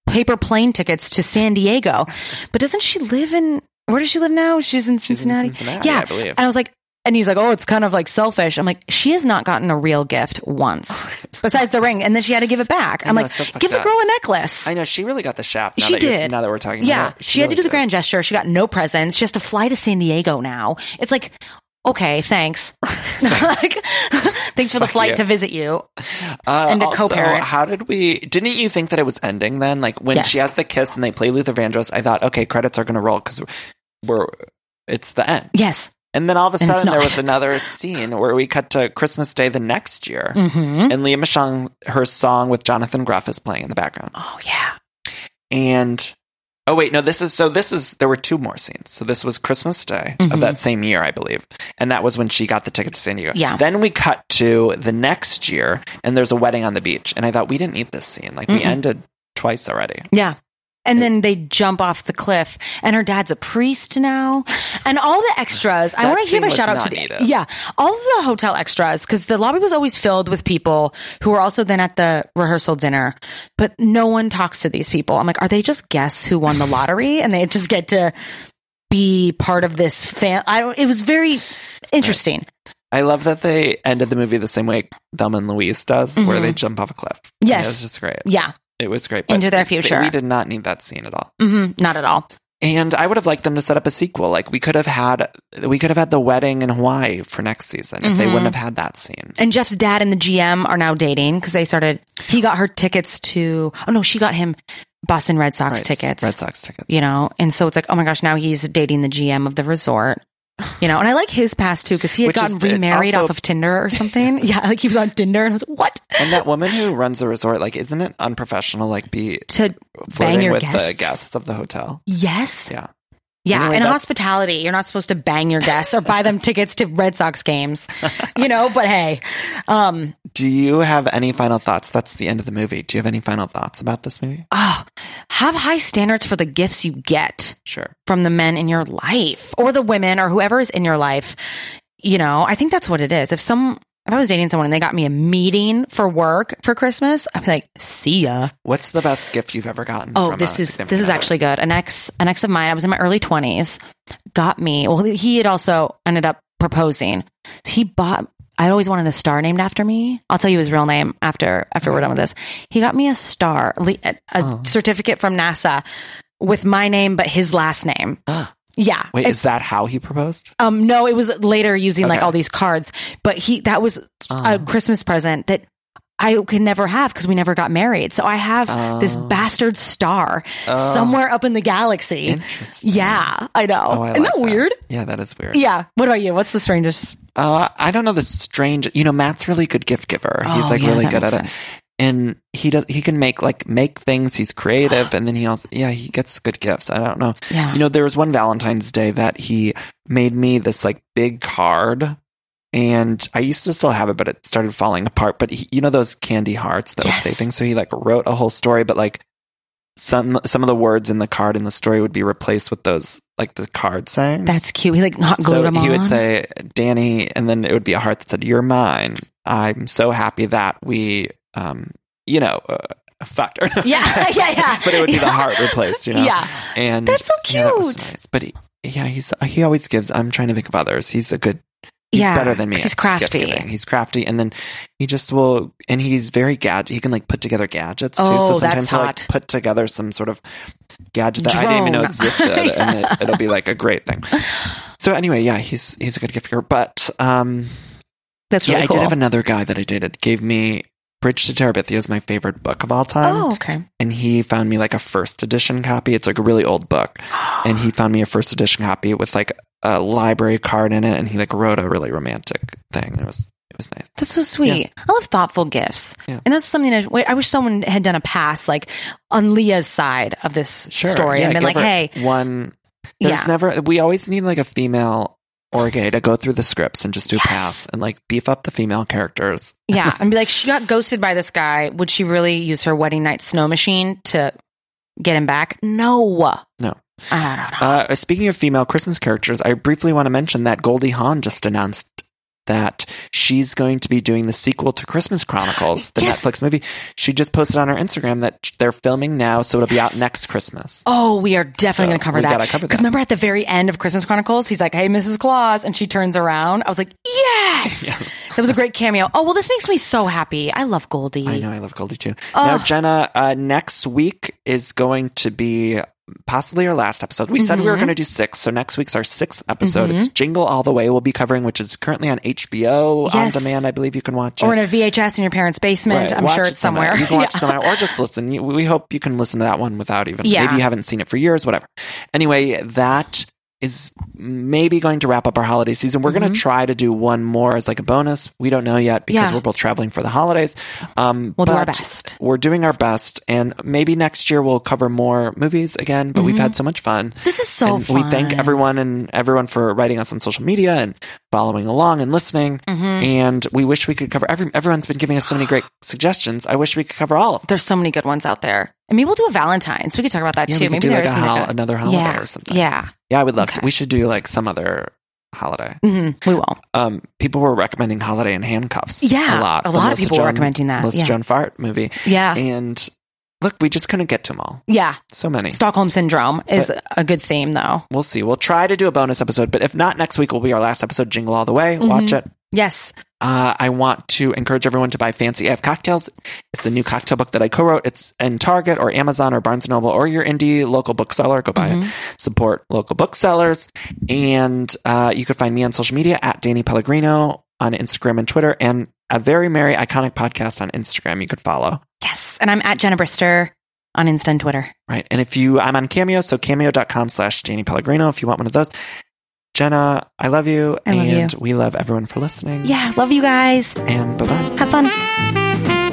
Speaker 6: paper plane tickets to San Diego. But doesn't she live in where does she live now? She's in
Speaker 5: She's in
Speaker 6: Cincinnati.
Speaker 5: Cincinnati,
Speaker 6: yeah,
Speaker 5: I believe.
Speaker 6: And I was like, and he's like, oh, it's kind of like selfish. I'm like, she has not gotten a real gift once, besides the ring, and then she had to give it back.
Speaker 5: I
Speaker 6: I'm
Speaker 5: know,
Speaker 6: like,
Speaker 5: it's so fucked
Speaker 6: give the
Speaker 5: up.
Speaker 6: girl a necklace.
Speaker 5: I know she really got the shaft. Now
Speaker 6: she
Speaker 5: that you're-
Speaker 6: did.
Speaker 5: Now that we're talking,
Speaker 6: yeah,
Speaker 5: about it.
Speaker 6: she, had to
Speaker 5: really
Speaker 6: do the
Speaker 5: did.
Speaker 6: grand gesture. She got no presents. She has to fly to San Diego now. It's like, okay, thanks. like, thanks for the flight
Speaker 5: you.
Speaker 6: to visit you.
Speaker 5: Uh,
Speaker 6: and to
Speaker 5: also,
Speaker 6: co-parent.
Speaker 5: How did we? Didn't you think that it was ending then? Like when
Speaker 6: Yes.
Speaker 5: she has the kiss and they play Luther Vandross, I thought, okay, credits are going to roll because we're it's the end.
Speaker 6: Yes.
Speaker 5: And then all of a
Speaker 6: And it's
Speaker 5: sudden, there
Speaker 6: not.
Speaker 5: was another scene where we cut to Christmas Day the next year,
Speaker 6: Mm-hmm.
Speaker 5: and Leah Michonne, her song with Jonathan Gruff is playing in the background.
Speaker 6: Oh yeah.
Speaker 5: And oh wait, no, this is so. This is there were two more scenes. So this was Christmas Day
Speaker 6: Mm-hmm.
Speaker 5: of that same year, I believe, and that was when she got the ticket to San Diego.
Speaker 6: Yeah.
Speaker 5: Then we cut to the next year, and there's a wedding on the beach, and I thought we didn't need this scene. Like we ended twice already.
Speaker 6: Yeah. And then they jump off the cliff, and her dad's a priest now, and all the extras. I
Speaker 5: That
Speaker 6: want to give
Speaker 5: scene
Speaker 6: a
Speaker 5: was
Speaker 6: shout out to
Speaker 5: not
Speaker 6: the
Speaker 5: needed.
Speaker 6: yeah, all of the hotel extras because the lobby was always filled with people who were also then at the rehearsal dinner, but no one talks to these people. I'm like, are they just guests who won the lottery, and they just get to be part of this fan? I don't. It was very interesting.
Speaker 5: I love that they ended the movie the same way Thelma and Louise does, where they jump off a cliff. I
Speaker 6: Mm-hmm.
Speaker 5: mean,
Speaker 6: Yes.
Speaker 5: it was just great.
Speaker 6: Yeah,
Speaker 5: It was great.
Speaker 6: Into their
Speaker 5: th-
Speaker 6: future.
Speaker 5: we did not need that scene at all.
Speaker 6: hmm not at all.
Speaker 5: And I would have liked them to set up a sequel. Like we could have had, we could have had the wedding in Hawaii for next season if they
Speaker 6: Mm-hmm.
Speaker 5: wouldn't have had that scene.
Speaker 6: And Jeff's dad and the GM are now dating because they started. He got her tickets to. Oh no, she got him Boston Red Sox
Speaker 5: Right,
Speaker 6: tickets.
Speaker 5: Red Sox tickets.
Speaker 6: You know, and so it's like, oh my gosh, now he's dating the GM of the resort. You know, and I like his past too because he had
Speaker 5: Which is-
Speaker 6: gotten remarried
Speaker 5: also-
Speaker 6: off of Tinder or something. yeah, like he was on Tinder and I was like, what
Speaker 5: and that woman who runs the resort, like, isn't it unprofessional? Like, be
Speaker 6: to
Speaker 5: flirting
Speaker 6: bang your
Speaker 5: with
Speaker 6: guests?
Speaker 5: the guests of the hotel.
Speaker 6: Yes,
Speaker 5: Yeah,
Speaker 6: yeah.
Speaker 5: Anyway,
Speaker 6: in
Speaker 5: that's-
Speaker 6: hospitality, you're not supposed to bang your guests or buy them tickets to Red Sox games. You know, but hey, um,
Speaker 5: Do you have any final thoughts? That's the end of the movie. Do you have any final thoughts about this movie?
Speaker 6: oh, have high standards for the gifts you get
Speaker 5: Sure.
Speaker 6: from the men in your life or the women or whoever is in your life. You know, I think that's what it is. If some, if I was dating someone and they got me a meeting for work for Christmas, I'd be like, see ya.
Speaker 5: What's the best gift you've ever gotten?
Speaker 6: Oh,
Speaker 5: from
Speaker 6: this
Speaker 5: a
Speaker 6: is this
Speaker 5: significant
Speaker 6: is
Speaker 5: other?
Speaker 6: actually good. An ex, an ex of mine. I was in my early twenties. Got me. Well, he had also ended up proposing. He bought. I always wanted a star named after me. I'll tell you his real name after after we're done with this. He got me a star, le- a, a
Speaker 5: Oh.
Speaker 6: certificate from NASA with my name but his last name. yeah.
Speaker 5: Wait,
Speaker 6: It's-
Speaker 5: is that how he proposed?
Speaker 6: um, no, it was later using like
Speaker 5: Okay. Ah.
Speaker 6: all these cards, but he that was a Christmas present that I could never have because we never got married. So I have this
Speaker 5: Ah.
Speaker 6: bastard star somewhere up in the galaxy.
Speaker 5: Interesting.
Speaker 6: Yeah, I know.
Speaker 5: Oh, I
Speaker 6: Isn't
Speaker 5: like
Speaker 6: that weird?
Speaker 5: Yeah, that is weird.
Speaker 6: Yeah. What about you? What's the strangest?
Speaker 5: Uh, I don't know the strange. You know, Matt's really good gift giver. He's
Speaker 6: Oh,
Speaker 5: like
Speaker 6: yeah,
Speaker 5: really
Speaker 6: that
Speaker 5: good
Speaker 6: makes
Speaker 5: at it,
Speaker 6: sense.
Speaker 5: and he does. He can make like make things. He's creative, and then he also yeah he gets good gifts. I don't know.
Speaker 6: Yeah.
Speaker 5: You know, there was one Valentine's Day that he made me this like big card, and I used to still have it, but it started falling apart. But he, you know those candy hearts that would say
Speaker 6: Yes.
Speaker 5: things. So he like wrote a whole story, but like some some of the words in the card in the story would be replaced with those like the card saying
Speaker 6: That's cute. He like not glued
Speaker 5: so
Speaker 6: them
Speaker 5: he
Speaker 6: on.
Speaker 5: would say danny and then it would be a heart that said you're mine i'm so happy that we um you know uh, fucked or
Speaker 6: Yeah, yeah, yeah.
Speaker 5: but it would be the
Speaker 6: Yeah.
Speaker 5: heart replaced you know
Speaker 6: Yeah.
Speaker 5: and
Speaker 6: That's so
Speaker 5: yeah, that was
Speaker 6: cute.
Speaker 5: nice. but he, yeah he's he always gives i'm trying to think of others he's a good he's
Speaker 6: Yeah,
Speaker 5: better than me
Speaker 6: 'cause he's
Speaker 5: at gift
Speaker 6: crafty.
Speaker 5: giving. he's crafty and then he just will and he's very gadget he can like put together gadgets too
Speaker 6: Oh, that's
Speaker 5: so sometimes he'll like
Speaker 6: hot.
Speaker 5: put together some sort of gadget that i didn't even know
Speaker 6: Drone.
Speaker 5: existed and it, it'll be like a great thing so anyway, yeah, he's he's a good gift giver, but um,
Speaker 10: That's
Speaker 5: yeah,
Speaker 10: really
Speaker 5: I
Speaker 10: cool.
Speaker 5: did have another guy that I dated gave me Bridge to Terabithia is my favorite book of all time.
Speaker 6: Oh, okay.
Speaker 5: And he found me like a first edition copy. It's like a really old book. And he found me a first edition copy with like a library card in it and he like wrote a really romantic thing. It was it was nice.
Speaker 6: That's so sweet. I love thoughtful gifts.
Speaker 5: Yeah.
Speaker 6: And that's something that wait, I wish someone had done a pass like on Leah's side of this story
Speaker 5: Yeah,
Speaker 6: and been like,
Speaker 5: give her
Speaker 6: hey,
Speaker 5: one there's
Speaker 6: Yeah.
Speaker 5: never we always need like a female or gay to go through the scripts and just do
Speaker 6: Yes.
Speaker 5: pass and like beef up the female characters.
Speaker 6: yeah. And be like, she got ghosted by this guy. Would she really use her wedding night snow machine to get him back? No.
Speaker 5: No.
Speaker 6: I don't know.
Speaker 5: Uh, speaking of female Christmas characters, I briefly want to mention that Goldie Hawn just announced that she's going to be doing the sequel to Christmas Chronicles, the
Speaker 6: Yes.
Speaker 5: Netflix movie. She just posted on her Instagram that they're filming now, so it'll be out next Christmas.
Speaker 6: Oh, we are definitely
Speaker 5: So,
Speaker 6: going to cover
Speaker 5: we
Speaker 6: that.
Speaker 5: gotta cover
Speaker 6: Because
Speaker 5: that.
Speaker 6: remember at the very end of Christmas Chronicles, he's like, "Hey, Mrs. Claus," and she turns around. I was like, "Yes, that was a great cameo." Oh well, this makes me so happy. I love Goldie.
Speaker 5: I know, I love Goldie too. Now, Jenna, uh, next week is going to be possibly our last episode. We said we
Speaker 6: Mm-hmm.
Speaker 5: were going to do six, so next week's our sixth episode. It's Jingle All the Way we'll be covering, which is currently on HBO
Speaker 6: Yes.
Speaker 5: on demand. I believe you can watch it.
Speaker 6: Or in a VHS in your parents' basement.
Speaker 5: Right,
Speaker 6: I'm
Speaker 5: watch
Speaker 6: sure
Speaker 5: it
Speaker 6: it's somewhere.
Speaker 5: You can watch
Speaker 6: Yeah.
Speaker 5: it somewhere, or just listen. You- We hope you can listen to that one without even.
Speaker 6: Yeah.
Speaker 5: Maybe you haven't seen it for years, whatever. Anyway, that is maybe going to wrap up our holiday season. We're going to try to do one more as like a bonus. We don't know yet because
Speaker 6: Mm-hmm. Yeah.
Speaker 5: we're both traveling for the holidays. Um,
Speaker 6: We'll do our
Speaker 5: but
Speaker 6: best.
Speaker 5: We're doing our best, and maybe next year we'll cover more movies again. But
Speaker 6: Mm-hmm.
Speaker 5: we've had so much fun.
Speaker 6: This is so
Speaker 5: And We thank
Speaker 6: fun.
Speaker 5: everyone and everyone for writing us on social media and following along and listening.
Speaker 6: Mm-hmm.
Speaker 5: And we wish we could cover every. Everyone's been giving us so many great suggestions. I wish we could cover all of them.
Speaker 6: There's so many good ones out there. And maybe we'll do a Valentine's. We could talk about that
Speaker 5: Yeah,
Speaker 6: too.
Speaker 5: we could
Speaker 6: maybe
Speaker 5: do like
Speaker 6: there's
Speaker 5: a
Speaker 6: something
Speaker 5: hol-
Speaker 6: good.
Speaker 5: another holiday
Speaker 6: yeah.
Speaker 5: or something.
Speaker 6: Yeah,
Speaker 5: Yeah, I would love
Speaker 6: Okay.
Speaker 5: to. We should do like some other holiday.
Speaker 6: hmm we will.
Speaker 5: Um, people were recommending Holiday in Handcuffs.
Speaker 6: Yeah,
Speaker 5: a lot.
Speaker 6: a
Speaker 5: The
Speaker 6: lot of
Speaker 5: Melissa
Speaker 6: people were recommending that,
Speaker 5: Melissa
Speaker 6: yeah.
Speaker 5: Joan Fart movie.
Speaker 6: Yeah,
Speaker 5: And look, we just couldn't get to them all.
Speaker 6: yeah.
Speaker 5: So many.
Speaker 6: Stockholm syndrome is
Speaker 5: But-
Speaker 6: a good theme, though.
Speaker 5: We'll see. We'll try to do a bonus episode, but if not, next week will be our last episode. Jingle all the way.
Speaker 6: Mm-hmm.
Speaker 5: Watch it.
Speaker 6: Yes,
Speaker 5: Uh, I want to encourage everyone to buy Fancy AF Cocktails. It's a new cocktail book that I co-wrote. It's in Target or Amazon or Barnes & Noble or your indie local bookseller. Go buy it.
Speaker 6: Mm-hmm.
Speaker 5: Support local booksellers. And uh, you can find me on social media at Danny Pellegrino on Instagram and Twitter and a very merry iconic podcast on Instagram you could follow.
Speaker 6: yes. And I'm at Jenna Brister on Insta and Twitter.
Speaker 5: Right. And if you, I'm on Cameo, so cameo.com slash Danny Pellegrino if you want one of those. Jenna, I love you.
Speaker 6: I love you.
Speaker 5: and we love everyone for listening.
Speaker 6: Yeah, love you guys.
Speaker 5: And bye-bye.
Speaker 6: Have fun.